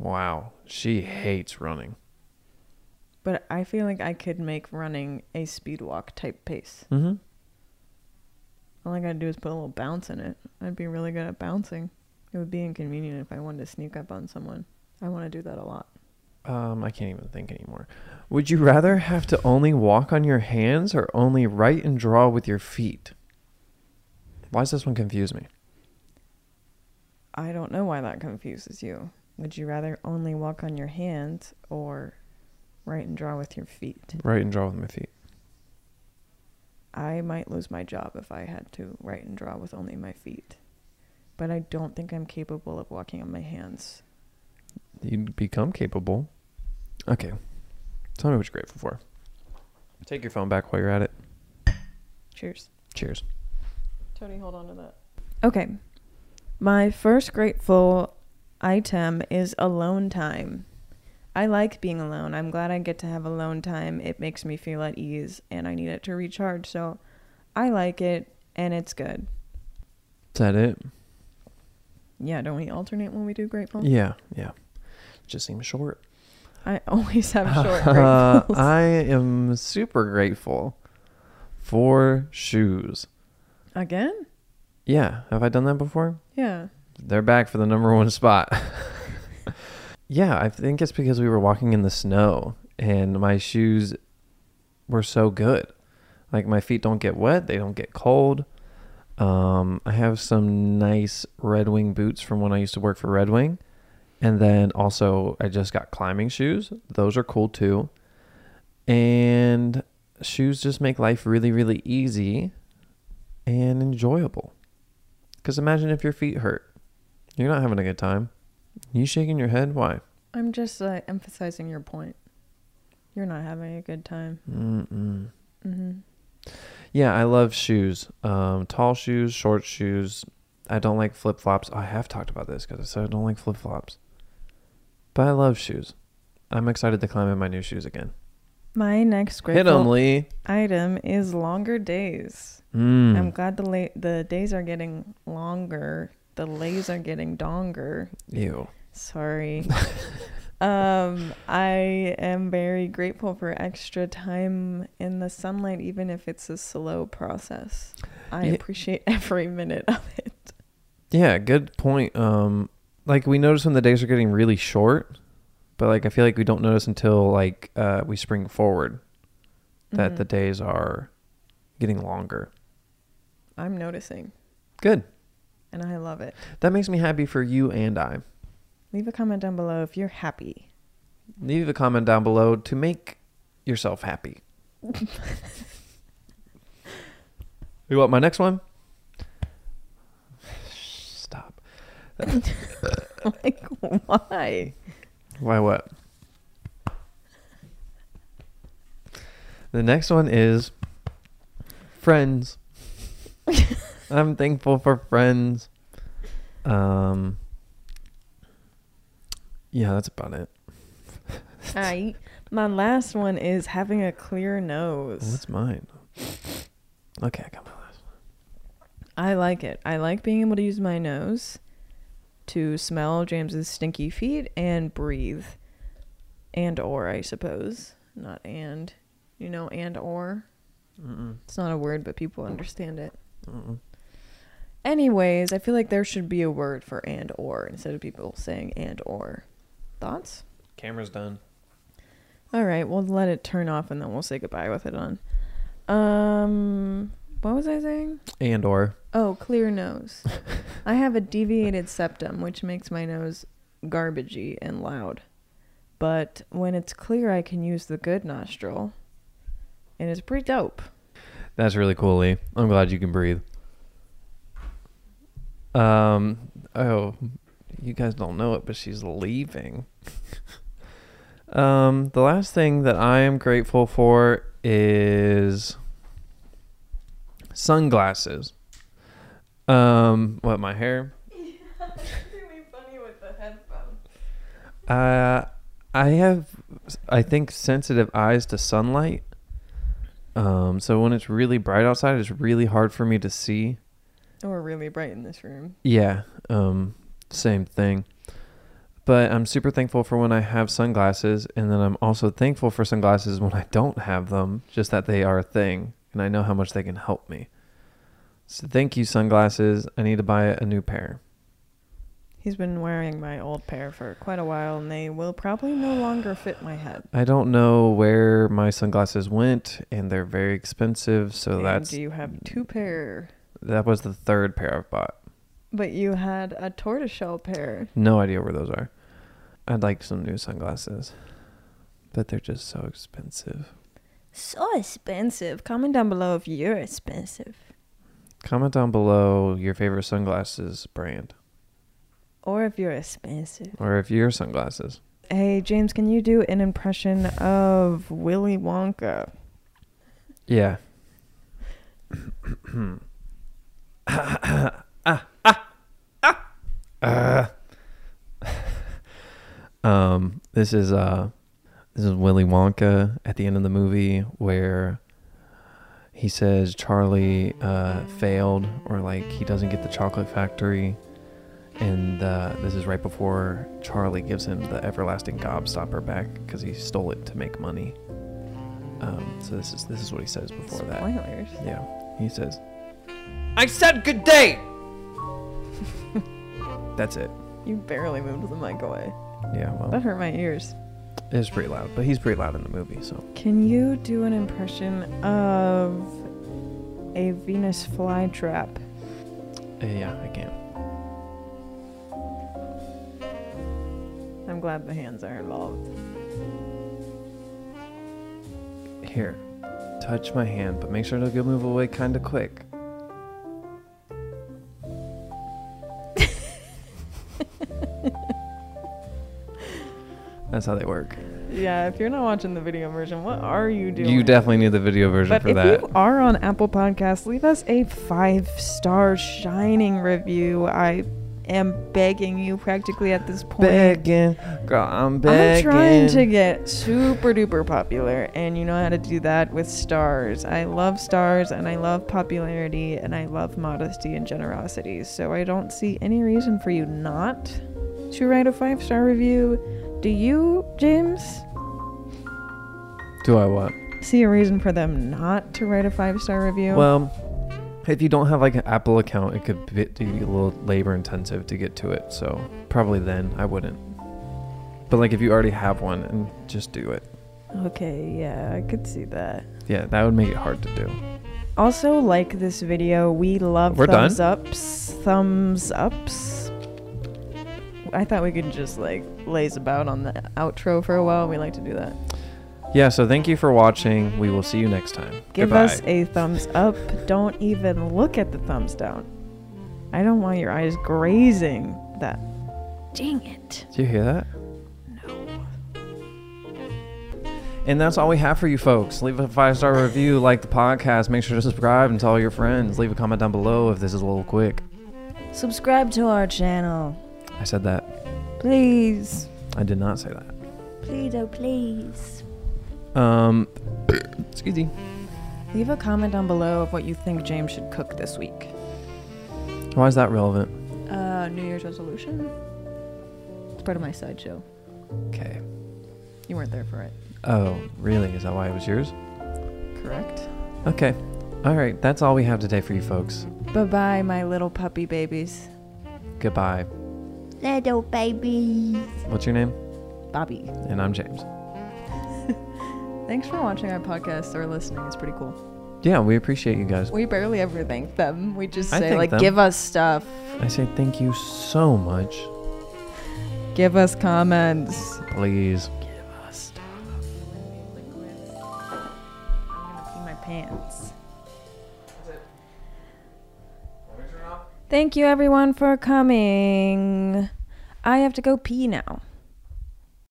[SPEAKER 1] Wow, she hates running.
[SPEAKER 2] But I feel like I could make running a speed walk type pace.
[SPEAKER 1] Mm-hmm.
[SPEAKER 2] All I gotta do is put a little bounce in it. I'd be really good at bouncing. It would be inconvenient if I wanted to sneak up on someone. I want to do that a lot.
[SPEAKER 1] Um, I can't even think anymore. Would you rather have to only walk on your hands or only write and draw with your feet? Why does this one confuse me?
[SPEAKER 2] I don't know why that confuses you. Would you rather only walk on your hands or write and draw with your feet?
[SPEAKER 1] Write and draw with my feet.
[SPEAKER 2] I might lose my job if I had to write and draw with only my feet. But I don't think I'm capable of walking on my hands.
[SPEAKER 1] You'd become capable. Okay. Tell me what you're grateful for. Take your phone back while you're at it.
[SPEAKER 2] Cheers.
[SPEAKER 1] Cheers.
[SPEAKER 2] Tony, hold on to that. Okay. My first grateful item is alone time. I like being alone. I'm glad I get to have alone time. It makes me feel at ease and I need it to recharge. So I like it and it's good.
[SPEAKER 1] Is that it?
[SPEAKER 2] Yeah, don't we alternate when we do grateful?
[SPEAKER 1] Yeah, yeah. Just seems short.
[SPEAKER 2] I always have short
[SPEAKER 1] Uh,
[SPEAKER 2] gratefuls.
[SPEAKER 1] I am super grateful for shoes.
[SPEAKER 2] Again?
[SPEAKER 1] Yeah, have I done that before?
[SPEAKER 2] Yeah.
[SPEAKER 1] They're back for the number one spot. yeah, I think it's because we were walking in the snow and my shoes were so good. Like my feet don't get wet, they don't get cold. Um, I have some nice Red Wing boots from when I used to work for Red Wing. And then also I just got climbing shoes. Those are cool too. And shoes just make life really really easy and enjoyable. Cuz imagine if your feet hurt. You're not having a good time. You shaking your head? Why?
[SPEAKER 2] I'm just uh, emphasizing your point. You're not having a good time.
[SPEAKER 1] Mm-mm.
[SPEAKER 2] hmm
[SPEAKER 1] Yeah, I love shoes. Um, tall shoes, short shoes. I don't like flip flops. I have talked about this because I said I don't like flip flops. But I love shoes. I'm excited to climb in my new shoes again.
[SPEAKER 2] My next
[SPEAKER 1] Hit 'em,
[SPEAKER 2] grateful
[SPEAKER 1] Lee.
[SPEAKER 2] item is longer days.
[SPEAKER 1] Mm.
[SPEAKER 2] I'm glad the la- the days are getting longer. The lays are getting donger.
[SPEAKER 1] Ew.
[SPEAKER 2] Sorry. um, I am very grateful for extra time in the sunlight, even if it's a slow process. I
[SPEAKER 1] Ye-
[SPEAKER 2] appreciate every minute of it.
[SPEAKER 1] Yeah, good point. Um, like we notice when the days are getting really short, but like I feel like we don't notice until like uh, we spring forward that the
[SPEAKER 2] Mhm.
[SPEAKER 1] days are getting longer.
[SPEAKER 2] I'm noticing,
[SPEAKER 1] Good.
[SPEAKER 2] and I love it.
[SPEAKER 1] That makes me happy for you and I.
[SPEAKER 2] Leave a comment down below if you're happy.
[SPEAKER 1] Leave a comment down below to make yourself happy. you want my next one? Stop.
[SPEAKER 2] like, why?
[SPEAKER 1] Why what? The next one is friends. I'm thankful for friends. Um Yeah, that's about it.
[SPEAKER 2] I my last one is having a clear nose.
[SPEAKER 1] What's Oh, mine? Okay, I got my last.
[SPEAKER 2] I like it. I like being able to use my nose to smell James's stinky feet and breathe. And or I suppose, not and. You know, and or.
[SPEAKER 1] Mm-mm.
[SPEAKER 2] It's not a word, but people understand it.
[SPEAKER 1] Mm-mm.
[SPEAKER 2] Anyways, I feel like there should be a word for and or instead of people saying and or. Thoughts?
[SPEAKER 1] Camera's done.
[SPEAKER 2] All right, we'll let it turn off and then we'll say goodbye with it on. Um, what was I saying?
[SPEAKER 1] And or
[SPEAKER 2] Oh, clear nose. I have a deviated septum, which makes my nose garbagey and loud. But when it's clear, I can use the good nostril, and it's pretty dope.
[SPEAKER 1] That's really cool, Lee. I'm glad you can breathe. Um, oh, you guys don't know it, but she's leaving. um, the last thing that I am grateful for is sunglasses. Um, what my hair? Uh, I have, I think, sensitive eyes to sunlight. Um, so when it's really bright outside, it's really hard for me to see.
[SPEAKER 2] Oh, we're really bright in this room.
[SPEAKER 1] Yeah, um, same thing. But I'm super thankful for when I have sunglasses, and then I'm also thankful for sunglasses when I don't have them, just that they are a thing, and I know how much they can help me. So thank you, sunglasses. I need to buy a new pair.
[SPEAKER 2] He's been wearing my old pair for quite a while, and they will probably no longer fit my head.
[SPEAKER 1] I don't know where my sunglasses went, and they're very expensive, so
[SPEAKER 2] And
[SPEAKER 1] that's
[SPEAKER 2] you have two pair,
[SPEAKER 1] that was the third pair I've bought.
[SPEAKER 2] but you had a tortoiseshell pair.
[SPEAKER 1] No idea where those are. I'd like some new sunglasses, but they're just so expensive.
[SPEAKER 2] So expensive. Comment down below if you're expensive.
[SPEAKER 1] Comment down below your favorite sunglasses brand
[SPEAKER 2] Or if you're expensive.
[SPEAKER 1] or if your sunglasses.
[SPEAKER 2] Hey, James, can you do an impression of Willy Wonka?
[SPEAKER 1] Yeah. Ah. um, this is uh, this is Willy Wonka at the end of the movie where he says Charlie uh, failed or like he doesn't get the chocolate factory, and uh, this is right before Charlie gives him the everlasting gobstopper back because he stole it to make money. Um, so this is this is what he says before that.
[SPEAKER 2] Spoilers.
[SPEAKER 1] Yeah, he says, I said good day! That's it.
[SPEAKER 2] You barely moved the mic away.
[SPEAKER 1] Yeah, well,
[SPEAKER 2] That hurt my ears.
[SPEAKER 1] it was pretty loud, but he's pretty loud in the movie, so.
[SPEAKER 2] Can you do an impression of a Venus flytrap?
[SPEAKER 1] Uh, yeah, I can't.
[SPEAKER 2] I'm glad the hands are involved.
[SPEAKER 1] Here, touch my hand, but make sure to go move away kinda quick. That's how they work.
[SPEAKER 2] Yeah, if you're not watching the video version, what are you doing?
[SPEAKER 1] You definitely need the video version
[SPEAKER 2] But
[SPEAKER 1] for
[SPEAKER 2] if
[SPEAKER 1] that.
[SPEAKER 2] you are on Apple Podcasts, leave us a five star shining review. I am begging you practically at this point.
[SPEAKER 1] Begging, girl, I'm
[SPEAKER 2] I'm
[SPEAKER 1] begging.
[SPEAKER 2] trying to get super duper popular, and you know how to do that with stars. I love stars, and I love popularity, and I love modesty and generosity. So I don't see any reason for you not to write a five star review. Do you, James,
[SPEAKER 1] Do I what?
[SPEAKER 2] see a reason for them not to write a five star review?
[SPEAKER 1] Well, if you don't have like an Apple account, it could be, be a little labor intensive to get to it. So probably then I wouldn't. But like if you already have one, and just do it.
[SPEAKER 2] okay, yeah, I could see that.
[SPEAKER 1] Yeah, that would make it hard to do.
[SPEAKER 2] Also, like this video. We love
[SPEAKER 1] We're
[SPEAKER 2] thumbs ups. Thumbs ups. I thought we could just like laze about on the outro for a while. We like to do that.
[SPEAKER 1] Yeah. So thank you for watching. We will see you next time.
[SPEAKER 2] Give
[SPEAKER 1] Goodbye.
[SPEAKER 2] us a thumbs up. Don't even look at the thumbs down. I don't want your eyes grazing that. Dang it.
[SPEAKER 1] Did you hear that?
[SPEAKER 2] No.
[SPEAKER 1] And that's all we have for you folks. Leave a five star review, like the podcast, make sure to subscribe and tell all your friends. Leave a comment down below if this is a little quick.
[SPEAKER 2] Subscribe to our channel.
[SPEAKER 1] I said that.
[SPEAKER 2] Please.
[SPEAKER 1] I did not say that.
[SPEAKER 3] Please, oh please.
[SPEAKER 1] Um, excuse me.
[SPEAKER 2] Leave a comment down below of what you think James should cook this week.
[SPEAKER 1] Why is that relevant?
[SPEAKER 2] Uh, New Year's resolution? It's part of my sideshow.
[SPEAKER 1] Okay.
[SPEAKER 2] You weren't there for it,
[SPEAKER 1] Oh, really? Is that why it was yours?
[SPEAKER 2] correct?
[SPEAKER 1] Okay. All right. That's all we have today for you folks.
[SPEAKER 2] Bye bye, my little puppy babies.
[SPEAKER 1] Goodbye.
[SPEAKER 3] Little baby.
[SPEAKER 1] What's your name?
[SPEAKER 2] Bobby.
[SPEAKER 1] And I'm James.
[SPEAKER 2] Thanks for watching our podcast or listening. It's pretty cool.
[SPEAKER 1] Yeah, we appreciate you guys.
[SPEAKER 2] We barely ever thank them. We just
[SPEAKER 1] I
[SPEAKER 2] say,
[SPEAKER 1] thank
[SPEAKER 2] like,
[SPEAKER 1] them.
[SPEAKER 2] give us stuff,
[SPEAKER 1] I say thank you so much.
[SPEAKER 2] give us comments.
[SPEAKER 1] Please.
[SPEAKER 2] Give us stuff. I'm going to pee my pants. Thank you, everyone, for coming. I have to go pee now.